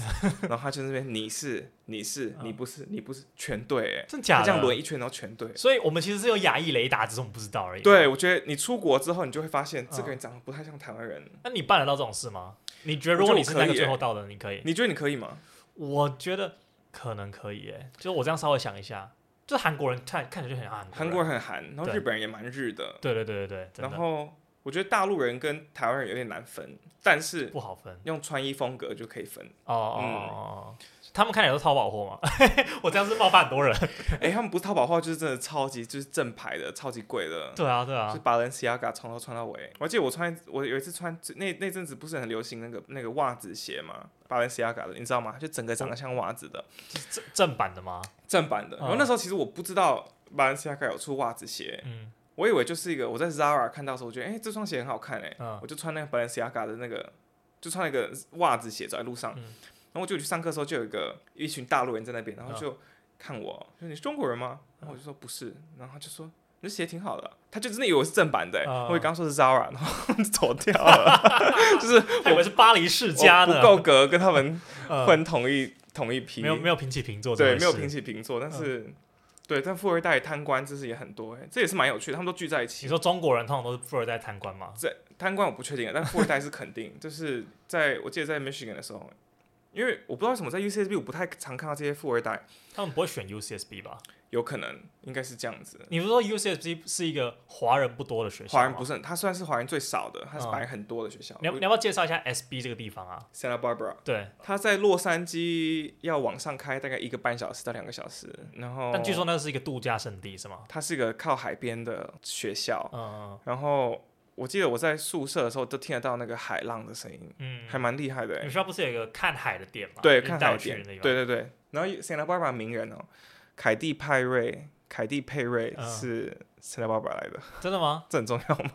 S1: 然后他就那边你是你是
S2: 嗯
S1: 你不是你不是全对，哎，
S2: 真假
S1: 他
S2: 的？
S1: 这样轮一圈然后全对。
S2: 所以我们其实是有亚裔雷达，只是我们不知道而已。
S1: 对，，我觉得你出国之后，你就会发现这个
S2: 嗯
S1: 人长得不太像台湾人。
S2: 那你办得到这种事吗？你觉得
S1: 我
S2: 如
S1: 觉
S2: 果
S1: 得
S2: 你
S1: 我
S2: 是
S1: 可
S2: 那个
S1: 以
S2: 最
S1: 欸
S2: 后到的，你可以？
S1: 你觉得你可以吗？
S2: 我觉得可能可以诶，就我这样稍微想一下，就韩国人看看起来就很像
S1: 韩
S2: 韩
S1: 国
S2: 国人。
S1: 人很韩，然后
S2: 对
S1: 日本人也蛮日的，
S2: 对对对对对，真
S1: 然
S2: 的
S1: 后我觉得大陆人跟台湾人有点难分，但是
S2: 不好分。
S1: 用穿衣风格就可以 分。
S2: 哦哦哦哦，他们看起来都淘宝货嘛， 我这样是冒犯很多人。
S1: 哎、他们不是淘宝货，就是真的超级就是正牌的，超级贵的。
S2: 对啊对啊
S1: 就是，把人 C R G 从头穿到尾，我记得我穿我有一次穿那那阵子不是很流行那个那个袜子鞋嘛，把人 C R G 的，你知道吗？就整个长得像袜子的
S2: 正正版的吗？
S1: 正版的。然后那时候其实我不知道把人 C R G 有出袜子鞋，
S2: 嗯
S1: 我以为就是一个我在 Zara 看到的时候，我觉得哎、诶这双鞋很好看哎、
S2: 嗯
S1: 我就穿那个 Balenciaga 的那个，就穿了一个袜子鞋走在路上，
S2: 嗯
S1: 然后我就去上课的时候就有一个一群大陆人在那边，然后就看我，就你是中国人吗？
S2: 嗯
S1: 然后我就说不是，然后他就说你这鞋挺好的，他就真的以为我是正版的、欸，
S2: 嗯
S1: 我以为刚说是 Zara，然后就走掉 了，就是
S2: 嗯他以为是巴黎世
S1: 我
S2: 家
S1: 不
S2: 呢，
S1: 够格跟他们
S2: 呃
S1: 混同一、同一批，
S2: 没有没有平起平坐这回
S1: 对，
S2: 事，
S1: 没有平起平坐，但是。
S2: 嗯
S1: 对，但富二代贪官这是也很多、欸，这也是蛮有趣的，他们都聚在一起
S2: 你。说中国人通常都是富二代贪官嘛？
S1: 这贪官我不确定，啊但富二代是肯定。 就是在我记得在 Michigan 的时候，因为我不知道为什么在 UCSB 我不太常看到这些富二代，
S2: 他们不会选 UCSB 吧？
S1: 有可能应该是这样子。
S2: 你不是说 UCSB 是一个华人不多的学校
S1: 华
S2: 吗？
S1: 人不是很，他虽然是华人最少的，
S2: 嗯
S1: 他是白人很多的学校。
S2: 你要你要不要介绍一下 SB 这个地方啊？
S1: Santa Barbara，
S2: 对，
S1: 他在洛杉矶要往上开大概一个半小时到两个小时，然后
S2: 但据说那是一个度假胜地是吗？
S1: 它是一个靠海边的学校，
S2: 嗯
S1: 然后我记得我在宿舍的时候都听得到那个海浪的声音，
S2: 嗯，
S1: 还蛮厉害的、欸
S2: 你。们学校不是有一个看海的点吗？
S1: 对，
S2: 就
S1: 看
S2: 带
S1: 海
S2: 我去
S1: 点，
S2: 的那
S1: 对
S2: 个，
S1: 对对。然后 Santa Barbara 名人哦，凯蒂派瑞，凯蒂佩瑞
S2: 嗯
S1: 是 Santa Barbara 来的，
S2: 真的吗？
S1: 这很重要吗？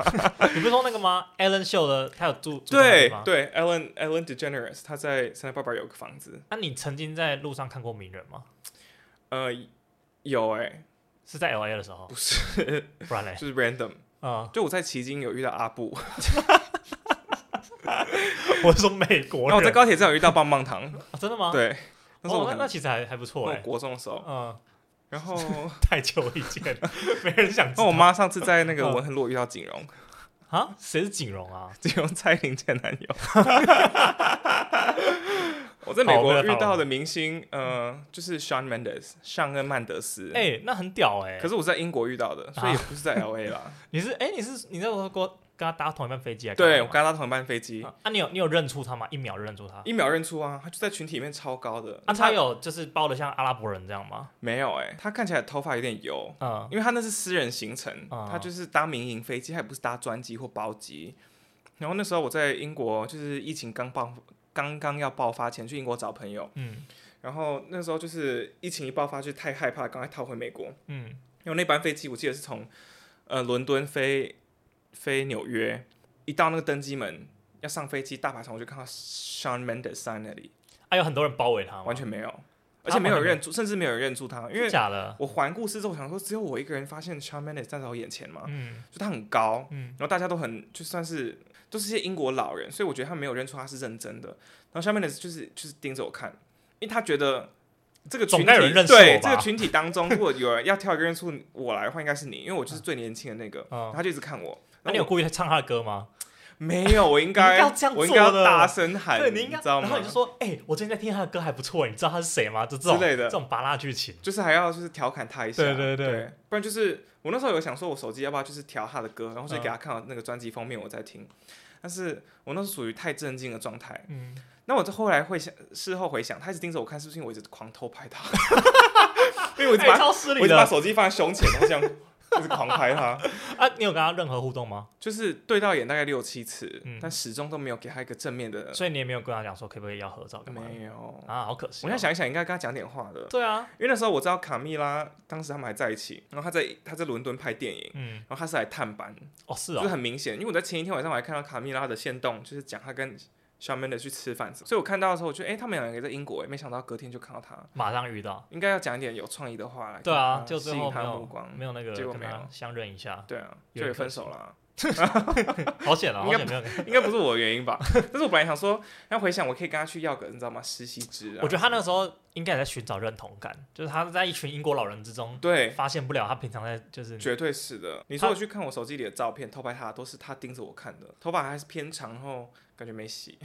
S2: 你不是说那个吗？Ellen 秀的，他有住住在那里
S1: 对
S2: 吗？
S1: 对，Ellen Ellen DeGeneres 他在 Santa Barbara 有个房子，
S2: 那、你曾经在路上看过名人吗？
S1: 呃，有哎、
S2: 是在 L A 的时候
S1: 不，是，
S2: 不然嘞？
S1: 就是 random。
S2: 啊、
S1: 就我在奇经有遇到阿布，
S2: 我是说美国
S1: 然后我在
S2: 人
S1: 高铁站有遇到棒棒糖，
S2: 啊真的吗？，
S1: 哦对，那时候
S2: 哦
S1: 我，可
S2: 那那
S1: 能
S2: 其实还还不错
S1: 我
S2: 哎、
S1: 国中的时候，
S2: 嗯，
S1: 然后
S2: 太久以前了， 没人想知
S1: 那
S2: 道。
S1: 我妈上次在那个
S2: 嗯
S1: 文衡路遇到景荣，
S2: 啊，谁是景荣啊？
S1: 只有蔡依林前男 友。我在美
S2: 好我
S1: 国
S2: 们再讨论
S1: 遇到的明星，呃，就是 Sean Mendes，尚恩曼德斯。
S2: 哎、啊那很屌哎、
S1: 可是我在英国遇到的，所以也不是在 L A 啦。
S2: 你是哎、你是你在我跟跟他搭同一班飞机啊？
S1: 对，我
S2: 干
S1: 跟
S2: 嘛
S1: 他搭同班飞机，
S2: 啊，你有你有认出他吗？一秒认出他？
S1: 一秒认出啊，他就在群体里面超高的。
S2: 啊，他有就是包的像阿拉伯人这样吗？
S1: 没有哎，他看起来头发有点油，
S2: 嗯，
S1: 因为他那是私人行程，
S2: 啊
S1: 他就是搭民营飞机，他也不是搭专机或包机。然后那时候我在英国，就是疫情刚爆，刚刚要爆发前去英国找朋友，
S2: 嗯
S1: 然后那时候就是疫情一爆发，就太害怕，赶快逃回美国。
S2: 嗯，
S1: 因为那班飞机我记得是从呃伦敦飞飞纽约，一到那个登机门要上飞机大排长，我就看到 Sean Mendes 在那里，
S2: 啊，有很多人包围他吗？
S1: 完全没有，而且没有人认出，甚至没有人认出他，因为啊
S2: 真假的，
S1: 我环顾四周，我想说只有我一个人发现 Sean Mendes 站在我眼前嘛，
S2: 嗯
S1: 就他很高，
S2: 嗯
S1: 然后大家都很就算是都是一些英国老人，所以我觉得他没有认出他是认真的。然后下面的就是就是盯着我看，因为他觉得这个群
S2: 总
S1: 体
S2: 该有人认识
S1: 对
S2: 我吧
S1: 这个群体当 中，如果有人要挑一个认出我来的话，应该是你，因为我就是最年轻的那个。
S2: 嗯，
S1: 他就一直看我，然
S2: 那、啊
S1: 后
S2: 你有
S1: 我
S2: 故意唱他的歌吗？
S1: 没有，我应该
S2: 你应该要这样
S1: 我应该要
S2: 做的
S1: 大声喊，
S2: 对，你应该，
S1: 知道
S2: 然
S1: 吗
S2: 后你？就说，哎、我最近在听他的歌还不错，你知道他是谁吗？就这种
S1: 之类的
S2: 这种拔蜡剧情，
S1: 就是还要就是调侃他一下，
S2: 对对对
S1: 不然就是我那时候有想说，我手机要不要就是调他的歌，然后就给他看到那个专辑封面我在听，但是我那时候属于太震惊的状态，
S2: 嗯，
S1: 那我这后来会想，事后回想，他一直盯着我看，是不是因为我一直狂偷拍他？因为我一直
S2: 哎
S1: 把、
S2: 超失
S1: 我一
S2: 礼
S1: 直把
S2: 的，
S1: 手机放在胸前，然后这样就是狂拍他，
S2: 啊，你有跟他任何互动吗？
S1: 就是对到眼大概六七次，
S2: 嗯
S1: 但始终都没有给他一个正面的。
S2: 所以你也没有跟他讲说可不可以要合照干嘛的？
S1: 呃没有，我
S2: 啊，好可惜、
S1: 现在，想一想，应该跟他讲点话的，
S2: 对啊，
S1: 因为那时候我知道卡蜜拉当时他们还在一起，然后他在他在伦敦拍电影。
S2: 嗯，
S1: 然后他是来探班，
S2: 哦，是
S1: 就是
S2: 哦，
S1: 很明显，因为我在前一天晚上我还看到卡蜜拉的线动，就是讲他跟小 m a n 去吃饭，所以我看到的时候，我觉得哎、诶他们两个在英国，诶没想到隔天就看到他，
S2: 马上遇到，
S1: 应该要讲一点有创意的话来，
S2: 对啊，就
S1: 啊吸
S2: 最
S1: 引
S2: 后
S1: 他
S2: 没
S1: 的目
S2: 有
S1: 光，
S2: 没有那个
S1: 结果
S2: 跟
S1: 没有
S2: 他相认一下，
S1: 对啊，
S2: 有
S1: 就也
S2: 点可
S1: 分
S2: 惜
S1: 手了啊，
S2: 好险 啊，
S1: 应
S2: 好
S1: 该
S2: 险没有跟。
S1: 应该不是我的原因吧？ 但是我本来想说，要回想我可以跟他去要个你知道吗？实习职啊，
S2: 我觉得他那个时候应该也在寻找认同感，就是他在一群英国老人之中
S1: 对，
S2: 发现不了他平常在就是
S1: 绝对是的。你说我去看我手机里的照片，偷拍他都是他盯着我看的，头发还是偏长，然后感觉没洗，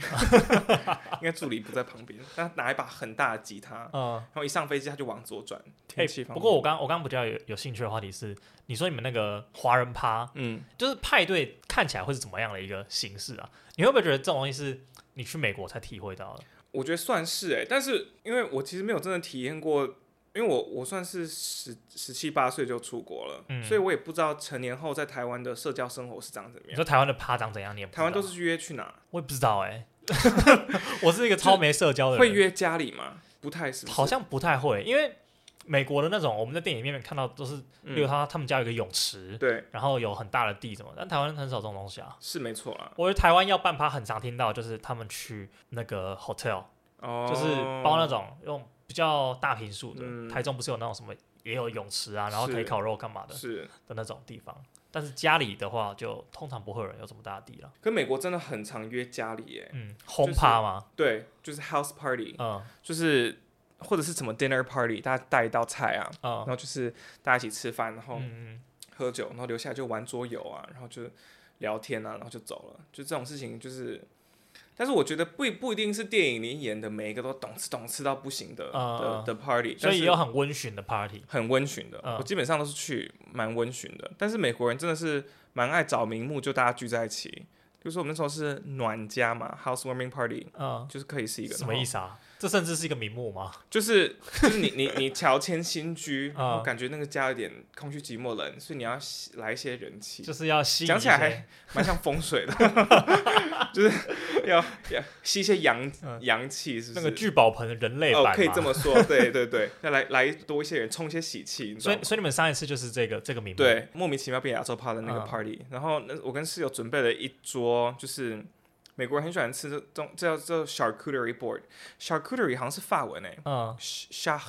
S1: 应该助理不在旁边，但他拿一把很大的吉他，
S2: 嗯，
S1: 然后一上飞机他就往左转。
S2: 哎、
S1: 天气方面
S2: 不过我刚我刚比较有有兴趣的话题是，你说你们那个华人趴，
S1: 嗯，
S2: 就是派对看起来会是怎么样的一个形式啊？你会不会觉得这种东西是你去美国才体会到的？
S1: 我觉得算是哎、但是因为我其实没有真的体验过，因为我我算是十十七八岁就出国了，
S2: 嗯
S1: 所以我也不知道成年后在台湾的社交生活是长怎么
S2: 你
S1: 样。
S2: 说台湾的趴长怎样？你也不知
S1: 台
S2: 道
S1: 湾都是约去哪？
S2: 我也不知道 哎、我是一个超没社交的人，
S1: 会约家里吗？不太是不是
S2: 好像不太会，因为美国的那种我们在电影里面看到都是，例如
S1: 嗯、
S2: 他他们家有一个泳池，
S1: 对，
S2: 然后有很大的地什么，但台湾很少这种东西啊。
S1: 是没错啦。
S2: 我觉得台湾要办趴很常听到，就是他们去那个 hotel，
S1: 哦，
S2: 就是包那种用比较大平数的，
S1: 嗯
S2: 台中不是有那种什么也有泳池啊，然后可
S1: 是
S2: 以烤肉干嘛的
S1: 哦是，
S2: 的那种地方。但是家里的话，就通常不会有人有什么大地了。
S1: 可美国真的很常约家里耶，
S2: 嗯，轰趴嘛，
S1: 对，就是 house party，
S2: 嗯
S1: 就是或者是什么 dinner party，大家带一道菜啊，然
S2: 嗯
S1: 后就是大家一起吃饭，然后
S2: 嗯
S1: 喝酒，然后留下来就玩桌游啊，然后就聊天啊，然后就走了，就这种事情就是。但是我觉得不不一定是电影里演的每一个都懂吃懂吃到不行的、
S2: 嗯嗯
S1: 的的 party，
S2: 嗯，所
S1: 但
S2: 以
S1: 是
S2: 也有很温驯的 party。
S1: 很温驯的。
S2: 嗯
S1: 我基本上都是去蛮温驯的，但是美国人真的是蛮爱找名目，就大家聚在一起。比如说我们那时候是暖家嘛，housewarming party，
S2: 嗯，
S1: 就是可以是一个
S2: 什么意
S1: 思？
S2: 思啊？这甚至是一个名目吗？
S1: 就是就是你你你乔迁新居，
S2: 嗯
S1: 然后感觉那个家有点空虚寂寞冷，所以你要吸来一些人气。
S2: 就是要吸引
S1: 讲起来
S2: 一些
S1: 还蛮像风水的， 就是要要吸一些阳
S2: 嗯
S1: 阳气，是不
S2: 那
S1: 是？
S2: 个聚宝盆的人类版嘛、
S1: 哦，可以这么说，对对对，要来来多一些人，冲一些喜气，你知
S2: 所
S1: 道吗
S2: 以，所以你们上一次就是这个这个名目，，
S1: 对，啊莫名其妙变亚洲趴的那个
S2: 嗯
S1: party，、然后那我跟室友准备了一桌，就是美国人很喜欢吃这种，这叫做 charcuterie board，charcuterie 好像是法文诶
S2: 嗯，
S1: ，char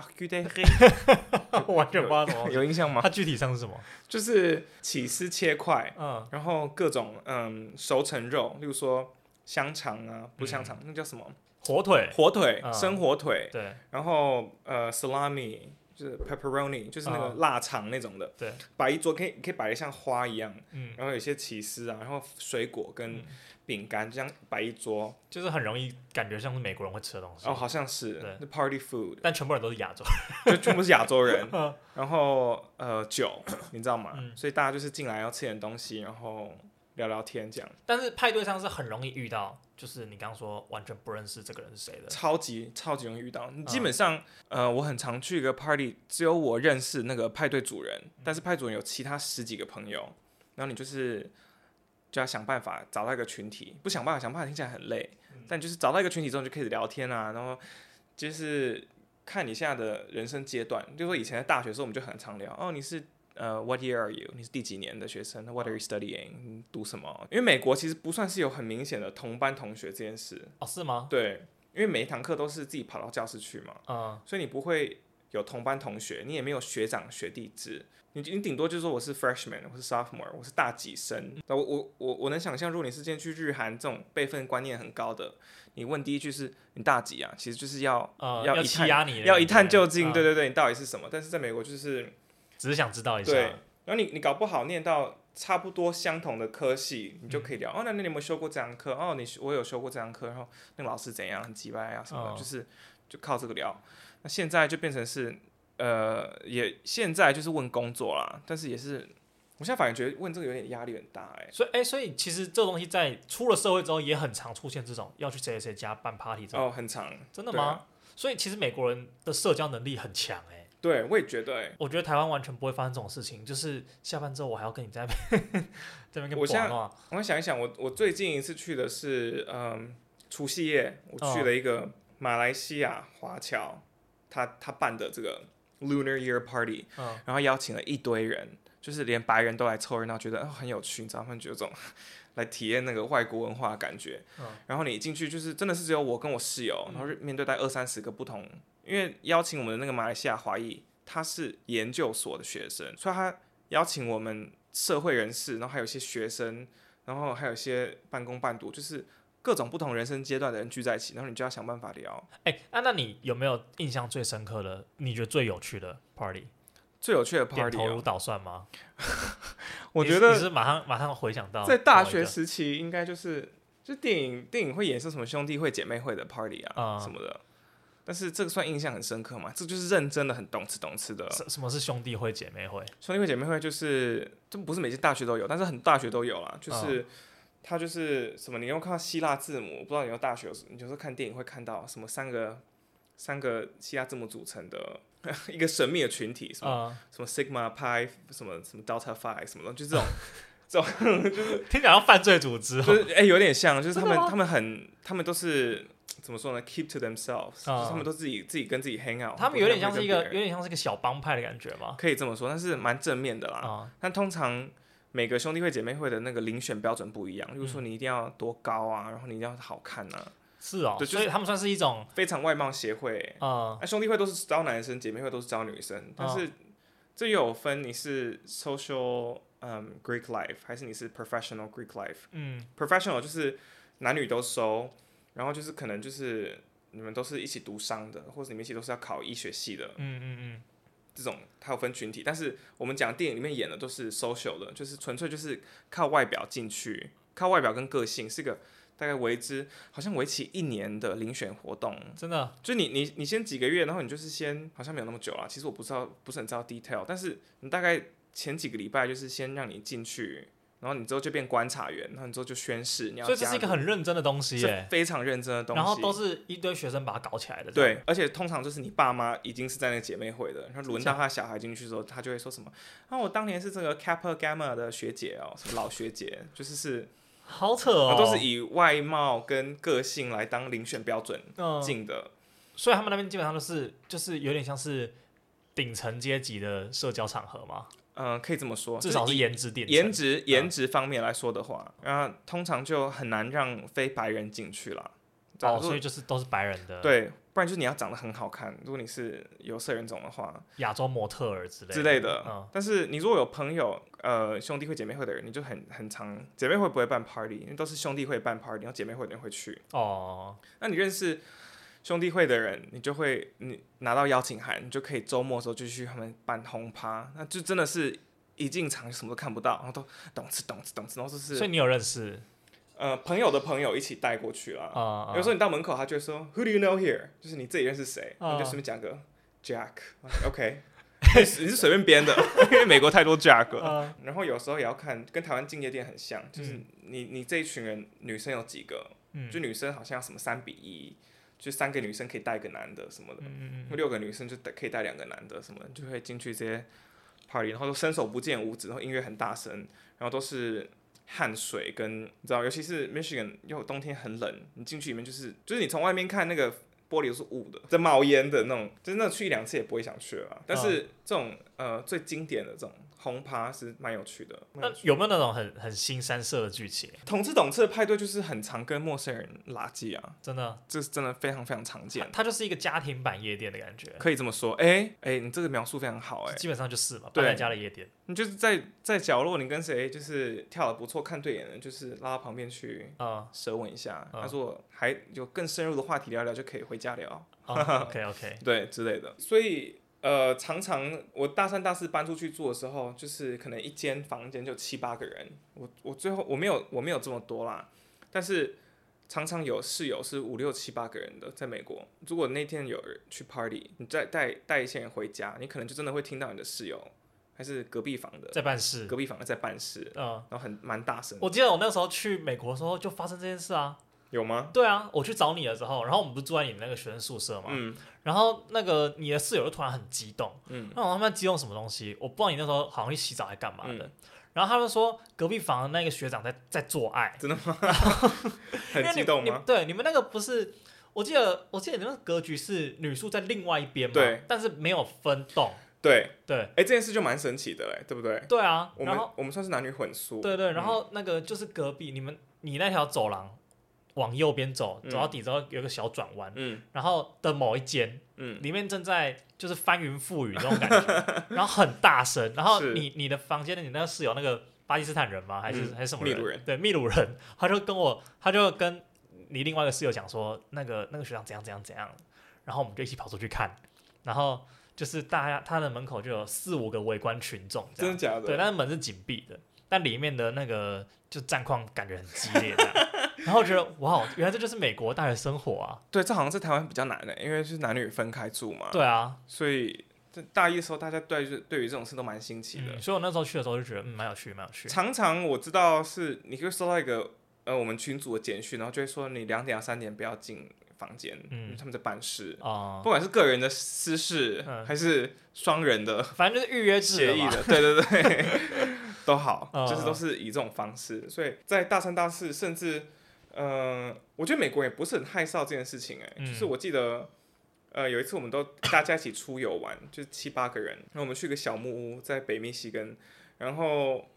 S1: charcuterie
S2: 我完全不知道什 么。
S1: 有印象吗？
S2: 它具体上是什么？
S1: 就是起司切块，
S2: 嗯，
S1: 然后各种嗯熟成肉，例如说香肠啊，不是香肠，那叫什么？
S2: 火腿，
S1: 火腿，
S2: 嗯
S1: 生火腿，
S2: 对，
S1: 然后呃 salami 就是 pepperoni，就是那个
S2: 嗯
S1: 腊肠那种的，
S2: 对，
S1: 摆一桌可以可以摆的像花一样，
S2: 嗯，
S1: 然后有一些起司啊，然后水果跟
S2: 嗯
S1: 饼干这样摆一桌，
S2: 就是很容易感觉像是美国人会吃的东西，
S1: 哦，好像是
S2: 对
S1: 那 party food，
S2: 但全部人都是亚洲，
S1: 就全部是亚洲 人
S2: 嗯，
S1: 然后呃酒，你知道吗？
S2: 嗯
S1: 所以大家就是进来要吃点东西，然后聊聊天这样，
S2: 但是派对上是很容易遇到，就是你刚刚说完全不认识这个人是 谁的，
S1: 超级超级容易遇到。你基本上，呃，我很常去一个 party，只有我认识那个派对主人，但是派主人有其他十几个朋友，然后你就是就要想办法找到一个群体，不想办法想办法听起来很累，但就是找到一个群体之后你就开始聊天啊，然后就是看你现在的人生阶段，就说以前在大学的时候我们就很常聊，哦，你是。呃、w h a t year are you？你是第几年的学生？What are you studying？你读什么？因为美国其实不算是有很明显的同班同学这件事，
S2: 哦，是吗？
S1: 对，因为每一堂课都是自己跑到教室去嘛，
S2: 嗯，
S1: 所以你不会有同班同学，你也没有学长学弟制，你你顶多就是说我是 freshman，我是 sophomore，我是大几生。那我我我我能想象，如果你是今天去日韩这种辈分观念很高的，你问第一句是你大几啊，其实就是要。
S2: 呃，
S1: 要一
S2: 欺
S1: 探
S2: 压你的感觉，
S1: 要一探究竟，
S2: 嗯
S1: 对，对对，你到底是什么？但是在美国就是，
S2: 只是想知道一下，
S1: 对，然后你你搞不好念到差不多相同的科系，你就可以聊、哦，那那你有没有修过这堂课？哦，你我有修过这堂课，然后那个老师怎样，很鸡掰啊什么的，
S2: 哦
S1: 就是就靠这个聊。那现在就变成是呃，也现在就是问工作啦，但是也是我现在反而觉得问这个有点压力很大哎、
S2: 所以，哎、所以其实这个东西在出了社会之后，也很常出现这种要去谁谁谁家办 party 这种，
S1: 哦哦，很长，
S2: 真的
S1: 对啊
S2: 吗？所以其实美国人的社交能力很强、哎，
S1: 对，我也觉得、欸，
S2: 我觉得台湾完全不会发生这种事情，就是下班之后我还要跟你在那边 在那边跟
S1: 我现在
S2: 玩哦闹
S1: 我想一想，我我最近一次去的是，嗯，除夕夜，我去
S2: 哦
S1: 了一个马来西亚华侨，他他办的这个 Lunar Year Party，
S2: 嗯，
S1: 然后邀请了一堆人，就是连白人都来凑热闹，觉得、哦、很有趣，你知道，他们觉得这种 来体验那个外国文化的感觉。
S2: 嗯
S1: 然后你一进去，就是真的是只有我跟我室友，然后是面对待二三十个不同，因为邀请我们的那个马来西亚华裔，他是研究所的学生，所以他邀请我们社会人士，然后还有一些学生，然后还有一些半工半读，就是。各种不同人生阶段的人聚在一起，然后你就要想办法聊。
S2: 哎、啊，那你有没有印象最深刻的？你觉得最有趣的 party？
S1: 最有趣的
S2: 点
S1: party，
S2: 头如
S1: 哦、
S2: 捣蒜吗？
S1: 我
S2: 你是
S1: 觉得
S2: 你是马上马上回想到
S1: 在大
S2: 啊某一
S1: 学
S2: 个
S1: 时期，应该就是就电影电影会演是什么兄弟会、姐妹会的 party 啊、
S2: 啊
S1: 什么的，但是这个算印象很深刻嘛？这就是认真的很懂吃懂吃的
S2: 什什么是兄弟会姐妹会？
S1: 兄弟会、姐妹会，就是这不是每间大学都有，但是很大学都有啦，就是。
S2: 嗯
S1: 它就是什么？你用看到希腊字母，我不知道你用大学有时，你就是看电影会看到什么三个三个希腊字母组成的 一个神秘的群体，什么、
S2: 啊、
S1: 什么 sigma pi 什么什么 delta phi 什么的，就 这种
S2: 听起来像犯罪组 织哦、
S1: 就是哎、有点像，就是他
S2: 真
S1: 们
S2: 的吗
S1: 他们很，他们都是怎么说呢？keep to themselves，、
S2: 啊
S1: 就是他们都自己自己跟自己 hang out，
S2: 他们
S1: 不
S2: 有
S1: 太
S2: 点像
S1: 会跟
S2: 是一个
S1: 别
S2: 有
S1: 人
S2: 点像是一个小帮派的感觉嘛。
S1: 可以这么说，但是蛮正面的啦。
S2: 啊、
S1: 但通常每个兄弟会姐妹会的那个遴选标准不一样，例如说你一定要多高啊，然后你一定要好看啊，
S2: 是哦、
S1: 对就是
S2: 所以他们算是一种
S1: 非常外貌协会。
S2: 呃
S1: 那、兄弟会都是招男生，姐妹会都是招女生，但是这又有分你是 social 嗯 Greek life 还是你是 professional Greek life。
S2: 嗯
S1: professional 就是男女都收，然后就是可能就是你们都是一起读商的，或者你们一起都是要考医学系的
S2: 嗯嗯
S1: 这种，它有分群体。但是我们讲电影里面演的都是 social 的，就是纯粹就是靠外表进去，靠外表跟个性是个。大概为之，好像为期一年的遴选活动，
S2: 嗯，真的
S1: 就你你你先几个月，然后你就是先好像没有那么久啦。其实我不知道，不是很知道 detail，但是你大概前几个礼拜就是先让你进去，然后你之后就变观察员，然后你之后就宣誓你要加入。
S2: 所以这是一个很认真的东西
S1: 是
S2: 耶。
S1: 非常认真的东西。
S2: 然后都是一堆学生把它搞起来的，这样
S1: 对，而且通常就是你爸妈已经是在那个姐妹会的，然后轮到他小孩进去之后，他就会说什么啊，我当年是这个 Kappa Gamma 的学姐哦，什么老学姐，就是是，
S2: 好扯
S1: 然后啊
S2: 哦，
S1: 都是以外貌跟个性来当遴选标准
S2: 嗯，
S1: 进的。
S2: 所以他们那边基本上都是就是有点像是顶层阶级的社交场合嘛，
S1: 嗯、可以这么说，
S2: 至少
S1: 就是以
S2: 颜值顶层
S1: 颜值颜值方面来说的话，然后通常就很难让非白人进去啦。
S2: 哦，
S1: 如
S2: 所
S1: 果
S2: 以就是都是白人的，，
S1: 对，不然就是你要长得很好看，如果你是有色人种的话，
S2: 亚洲模特儿之类
S1: 之类的。
S2: 嗯
S1: 但是你如果有朋友，呃，兄弟会、姐妹会的人，你就很很常姐妹会不会办 party，因为都是兄弟会办 party，然后姐妹会的人会去。
S2: 哦，
S1: 那你认识兄弟会的人，你就会你拿到邀请函，你就可以周末的时候就去他们办轰趴，那就真的是一进场就什么都看不到，然后都懂吃懂吃懂吃，然后就
S2: 所以
S1: 是
S2: 你有认识
S1: 呃朋友的朋友一起带过去啦。
S2: 啊？
S1: 有时候你到门口，他就会说 Who do you know here？就是你自己认识谁，
S2: 啊
S1: 你就随便讲个 Jack，OK，、你是你是随便编的， 因为美国太多 Jack 了。
S2: 嗯
S1: 然后有时候也要看，跟台湾敬业店很像，就是
S2: 嗯
S1: 你你这一群人女生有几个，
S2: 嗯
S1: 就女生好像什么三比一，就三个女生可以带一个男的什么的，
S2: 嗯嗯嗯
S1: 六个女生就带可以带两个男的什么的，就会进去这些 party，然后都伸手不见五指，然后音乐很大声，然后都是汗水跟你知道，尤其是 Michigan 又冬天很冷，你进去里面就是就是你从外面看那个玻璃都是雾的，在冒烟的那种，就是那种去一两次也不会想去了啦。但是这种、呃最经典的这种轰趴是蛮有趣的。
S2: 那呃有没有那种很很新三色的剧情？
S1: 统治懂事的派对就是很常跟陌生人拉近啊，
S2: 真的，
S1: 这是真的非常非常常见
S2: 它，它就是一个家庭版夜店的感觉，
S1: 可以这么说。哎、哎、你这个描述非常好哎、
S2: 基本上就是嘛，
S1: 对
S2: 搬在家的夜店
S1: 你就是在在角落，你跟谁就是跳的不错、看对眼的，就是拉到旁边去
S2: 啊。
S1: 舌吻一下。
S2: 嗯
S1: 他说还有更深入的话题聊聊，就可以回家聊，
S2: OK OK，
S1: 对之类的。所以呃，常常我大三、大四搬出去住的时候，就是可能一间房间就七八个人。我我最后我没有我没有这么多啦，但是常常有室友是五六七八个人的，在美国。如果那天有人去 party，你再带带一些人回家，你可能就真的会听到你的室友还是隔壁房的。
S2: 在办事，
S1: 隔壁房在办事，
S2: 嗯，
S1: 然后很蛮大声的。
S2: 我记得我那时候去美国的时候就发生这件事啊，
S1: 有吗？
S2: 对啊，我去找你的时候，然后我们不是住在你那个学生宿舍嘛，
S1: 嗯
S2: 然后那个你的室友就突然很激动，
S1: 嗯
S2: 那我他妈激动什么东西？我不知道你那时候好像去洗澡还干嘛的。
S1: 嗯
S2: 然后他们说隔壁房的那个学长在在做爱，
S1: 真的吗？很
S2: 因为你
S1: 激动
S2: 你们
S1: 吗？
S2: 对，你们那个不是，我记得我记得你们格局是女宿在另外一边嘛，
S1: 对，
S2: 但是没有分栋，
S1: 对，
S2: 对
S1: 哎，这件事就蛮神奇的嘞，对不对？
S2: 对啊。
S1: 我
S2: 然
S1: 们
S2: 后
S1: 我们算是男女混宿，
S2: 对对，
S1: 嗯
S2: 然后那个就是隔壁你们你那条走廊往右边走，
S1: 嗯
S2: 走到底之后有一个小转弯，
S1: 嗯
S2: 然后的某一间
S1: 嗯，
S2: 里面正在就是翻云覆雨这种 感觉，然后很大声，然后
S1: 是
S2: 你你的房间的你那个室友那个巴基斯坦人吗？还是、
S1: 嗯
S2: 还是什么
S1: 秘
S2: 人？
S1: 鲁人
S2: 对，秘鲁人， 他就跟我，他就跟你另外一个室友讲说，那个那个学长怎样怎样怎样，然后我们就一起跑出去看，然后就是大家他的门口就有四五个围观群众这
S1: 真
S2: 样
S1: 的，假
S2: 对，
S1: 的？
S2: 但是门是紧闭的，但里面的那个就战况感觉很激烈这 样，然后我觉得哇，原来这就是美国大学生活啊，
S1: 对，这好像在台湾比较难的，因为是男女分开住嘛，
S2: 对啊，
S1: 所以这大一的时候大家对于对于这种事都蛮新奇的
S2: 嗯，。所以我那时候去的时候就觉得嗯蛮有趣，蛮有趣。
S1: 常常我知道是你会收到一个呃我们群组的简讯，然后就会说你两点到啊三点不要进房间，
S2: 嗯
S1: 因为他们在办事，
S2: 啊、
S1: 不管是个人的私事、
S2: 嗯
S1: 还是双人的
S2: 反正就是预约制
S1: 协
S2: 了
S1: 议
S2: 嘛
S1: 的，对对对，都好，
S2: 嗯
S1: 就是都是以这种方式，所以在大三大四甚至。呃，我觉得美国也不是很害臊这件事情、哎、
S2: 嗯
S1: 就是我记得，呃，有一次我们都大家一起出游玩，就是七八个人，那我们去个小木屋在北密西根，然后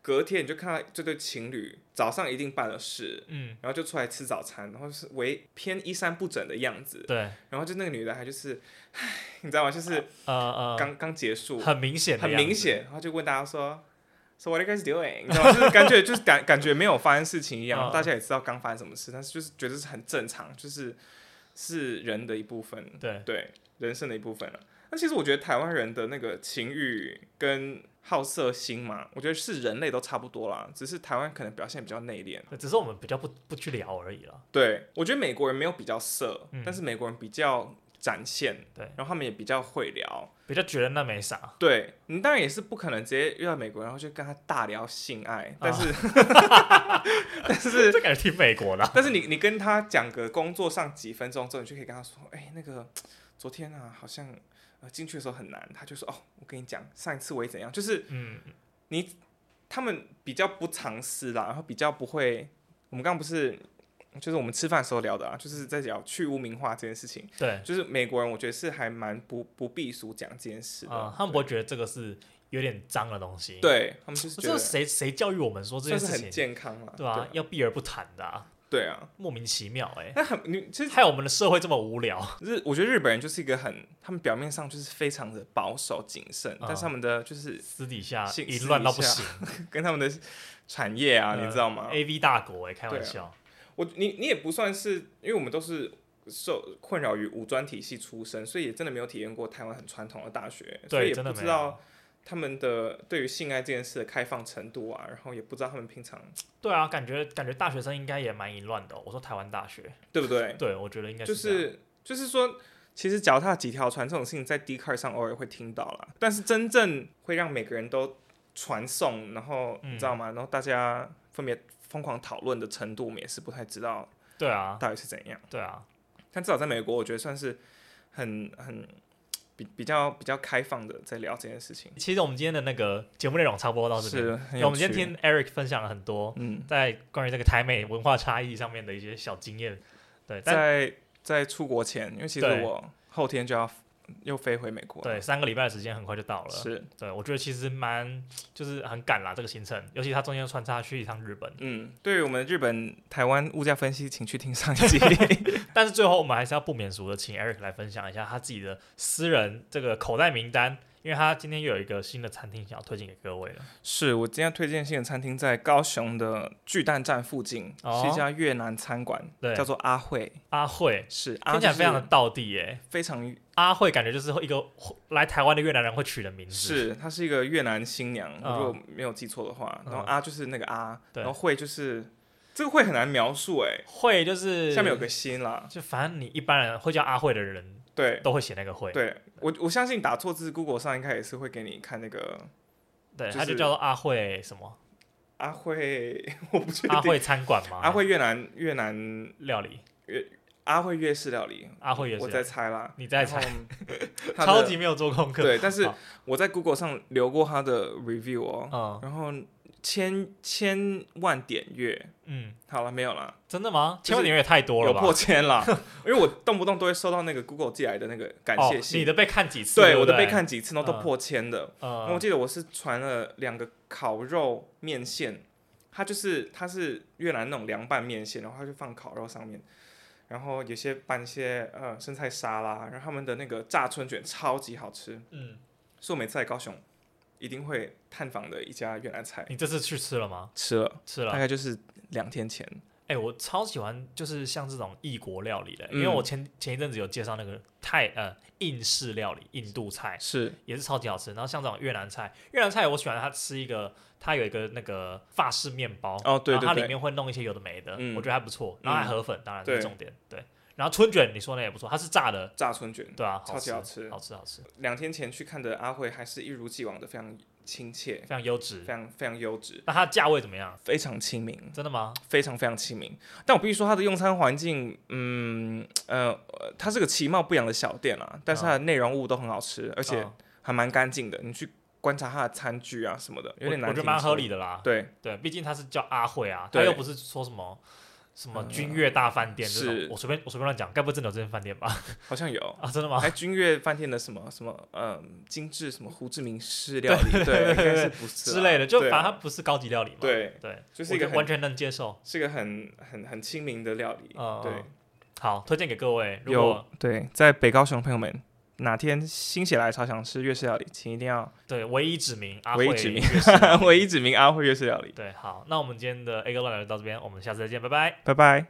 S1: 隔天你就看到这对情侣早上一定办了事，
S2: 嗯，
S1: 然后就出来吃早餐，然后是为偏衣衫不整的样子，
S2: 对，
S1: 然后就那个女的还就是，唉，你知道吗？就是
S2: 呃呃，
S1: 刚刚结束，
S2: 很明显，
S1: 很明，显，然后就问大家说，So what are you guys doing？你知道吗？就是感觉就是感感觉没有发生事情一样，
S2: 嗯
S1: 大家也知道刚发生什么事，但是就是觉得是很正常，就是是人的一部分，
S2: 对，
S1: 对，人生的一部分了。那其实我觉得台湾人的那个情欲跟好色心嘛，我觉得是人类都差不多啦，只是台湾可能表现比较内敛。
S2: 只是我们比较不不去聊而已了。
S1: 对，我觉得美国人没有比较色，
S2: 嗯
S1: 但是美国人比较展现，
S2: 对
S1: 然后他们也比较会聊，
S2: 比较觉得那没啥，
S1: 对你当然也是不可能直接遇到美国人，然后就跟他大聊性
S2: 嗯
S1: 爱，但 是、但是
S2: 这感觉挺美 国的啊。
S1: 但是你你跟他讲个工作上几分钟之后，你就可以跟他说，哎、那个昨天啊，好像呃进去的时候很难，他就说哦，我跟你讲，上一次我也怎样，就是
S2: 嗯，
S1: 他们比较不藏私啦，然后比较不会，我们刚刚不是就是我们吃饭的时候聊的啊，就是在聊去污名化这件事情，
S2: 对，
S1: 就是美国人我觉得是还蛮不不避俗讲这件事的，
S2: 啊、他们不会觉得这个是有点脏的东西。，
S1: 对他们就是觉
S2: 这
S1: 得
S2: 是。谁谁教育我们说这
S1: 算
S2: 件
S1: 是
S2: 事
S1: 很
S2: 情？
S1: 健康了，
S2: 对啊，要避而不谈的、啊，
S1: 对啊，
S2: 莫名其妙 哎、
S1: 那很你其实
S2: 害我们的社会这么无聊。
S1: 日，我觉得日本人就是一个很，他们表面上就是非常的保守谨慎，
S2: 啊
S1: 但是他们的就是
S2: 私底下
S1: 私
S2: 淫乱到不行
S1: 跟他们的产业啊，
S2: 呃
S1: 你知道吗？
S2: ，A V 大国哎、开
S1: 对
S2: 玩
S1: 啊
S2: 笑，
S1: 我你你也不算是，因为我们都是受困扰于五专体系出身，所以也真的没有体验过台湾很传统的大学，所以
S2: 对，
S1: 也
S2: 真的
S1: 不
S2: 没
S1: 知
S2: 有
S1: 道。他们的对于性爱这件事的开放程度啊，然后也不知道他们平常
S2: 对啊，感觉感觉大学生应该也蛮淫乱的哦、我说台湾大学，
S1: 对不对？
S2: 对我觉得应该
S1: 就是
S2: 这样
S1: 是就是说，其实脚踏几条船这种事情在 d c a r 上偶尔会听到啦，但是真正会让每个人都传送，然后
S2: 嗯
S1: 你知道吗？然后大家分别疯狂讨论的程度，我们也是不太知道
S2: 对啊，
S1: 到底是怎样。
S2: 对啊，
S1: 但至少在美国，我觉得算是很很比比较比较开放的在聊这件事情，
S2: 其实我们今天的那个节目内容差不多哦到这边。
S1: 是很
S2: 对我
S1: 有
S2: 们今
S1: 趣。
S2: 天听 Eric 分享了很多
S1: 嗯，
S2: 在关于这个台美文化差异上面的一些小经验。对，但
S1: 在在出国前，因为其实
S2: 对
S1: 我后天就要又飞回美国了，
S2: 对三个礼拜的时间很快就到了。
S1: 是
S2: 对，我觉得其实蛮就是很赶啦这个行程，尤其他中间又穿插去一趟日本，
S1: 嗯，对于我们日本、台湾物价分析，请去听上一集。
S2: 但是最后我们还是要不免俗的请 Eric 来分享一下他自己的私人这个口袋名单，因为他今天又有一个新的餐厅想要推荐给各位了。
S1: 是我今天推荐性的餐厅在高雄的巨蛋站附近，
S2: 哦
S1: 是一家越南餐馆，
S2: 对
S1: 叫做阿慧，
S2: 阿慧
S1: 是阿
S2: 听起来
S1: 就是
S2: 非常的道地耶，
S1: 非常
S2: 阿慧感觉就是一个来台湾的越南人会取的名字。
S1: 是，她是一个越南新娘，
S2: 嗯
S1: 如果没有记错的话，
S2: 嗯
S1: 然后阿就是那个阿，
S2: 对
S1: 然后慧就是这个慧很难描述哎、
S2: 慧就是
S1: 下面有个心啦，
S2: 就反正你一般人会叫阿慧的人
S1: 对
S2: 都会写那个慧，
S1: 对，我我相信打错字，Google 上应该也是会给你看那个
S2: 对，
S1: 就是
S2: 他就叫做阿慧什么
S1: 阿慧， 我不确定。
S2: 阿慧餐馆吗？
S1: 阿慧越南越南
S2: 料理，
S1: 阿慧粤式料理，
S2: 阿慧也
S1: 我在
S2: 是，
S1: 猜啦，
S2: 你在猜，
S1: 他
S2: 超
S1: 的
S2: 级没有做功课。
S1: 对，但是
S2: 好
S1: 我在 Google 上留过他的 review 哦，
S2: 嗯
S1: 然后千千万点阅，
S2: 嗯，
S1: 好了没有啦，
S2: 真的吗？
S1: 就是
S2: 千万点阅太多了
S1: 有
S2: 吧？
S1: 破千 啦，因为我动不动都会收到那个 Google 寄来的那个感
S2: 哦
S1: 谢信，
S2: 你的被看几次？
S1: 对
S2: 对，
S1: 我
S2: 的
S1: 都被。看几次，然后都
S2: 嗯
S1: 破千的。然后我
S2: 呃，
S1: 记得我是传了两个烤肉面线，它就是它是越南那种凉拌面线，然后它就放烤肉上面，然后有些拌一些呃生菜沙拉，然后他们的那个炸春卷超级好吃，
S2: 嗯，
S1: 是我每次来高雄一定会探访的一家越南菜。
S2: 你这次去吃了吗？
S1: 吃了，
S2: 吃了
S1: 大。概就是两天前，
S2: 哎、我超喜欢就是像这种异国料理的、
S1: 嗯
S2: 因为我前前一阵子有介绍那个泰呃印式料理，印度菜
S1: 是
S2: 也是超级好吃。然后像这种越南菜，越南菜我喜欢它吃一个，它有一个那个法式面包，
S1: 哦对
S2: 然后它
S1: 对对
S2: 里面会弄一些有的没的，
S1: 嗯
S2: 我觉得还不错。然后还河粉，当然
S1: 对
S2: 是重点，对。然后春卷你说的也不错，它是炸的，
S1: 炸春卷，
S2: 对啊，
S1: 超级
S2: 好
S1: 好吃
S2: 好吃好吃，
S1: 两天前去看的阿慧还是一如既往的非常亲切
S2: 非，常优
S1: 非
S2: 质。
S1: 常非常优质，
S2: 那它的价位怎么样？
S1: 非常亲民。
S2: 真的吗？
S1: 非常非常亲民。但我必须说，它的用餐环境，嗯呃，呃它是个其貌不扬的小店啦，但是它的内容物都很好吃，而且
S2: 嗯
S1: 还蛮干净的。你去观察它的餐具啊什么的，有点
S2: 我
S1: 难。
S2: 我觉得蛮合理。的啦。
S1: 对，
S2: 对，毕竟他是叫阿慧啊，他
S1: 对嗯
S2: 又不是说什么什么君悦大饭店这
S1: 是
S2: 种，我随便我随便乱讲，该不会真的有这间饭店吧？
S1: 好像有。
S2: 啊，真的吗？
S1: 哎，君悦饭店的什么什么，嗯，精致什么胡志明式料理，对，应该是不是啊
S2: 之类的，就
S1: 对
S2: 反
S1: 啊
S2: 正它不是高级料理嘛。
S1: 对，
S2: 对，
S1: 就是一个
S2: 我觉得
S1: 很
S2: 完全能接受。
S1: 是一个很很很亲民的料理。
S2: 嗯
S1: 对，
S2: 好，推荐给各位，如
S1: 有
S2: 果
S1: 对，在北高雄的朋友们，哪天心血来潮想吃粤式料理，请一定要
S2: 对唯一指名阿慧
S1: 唯一指名
S2: 也是
S1: 唯一指名阿辉粤式料理。
S2: 对，好，那我们今天的 A 哥乱聊就到这边，我们下次再见，拜拜。
S1: 拜拜。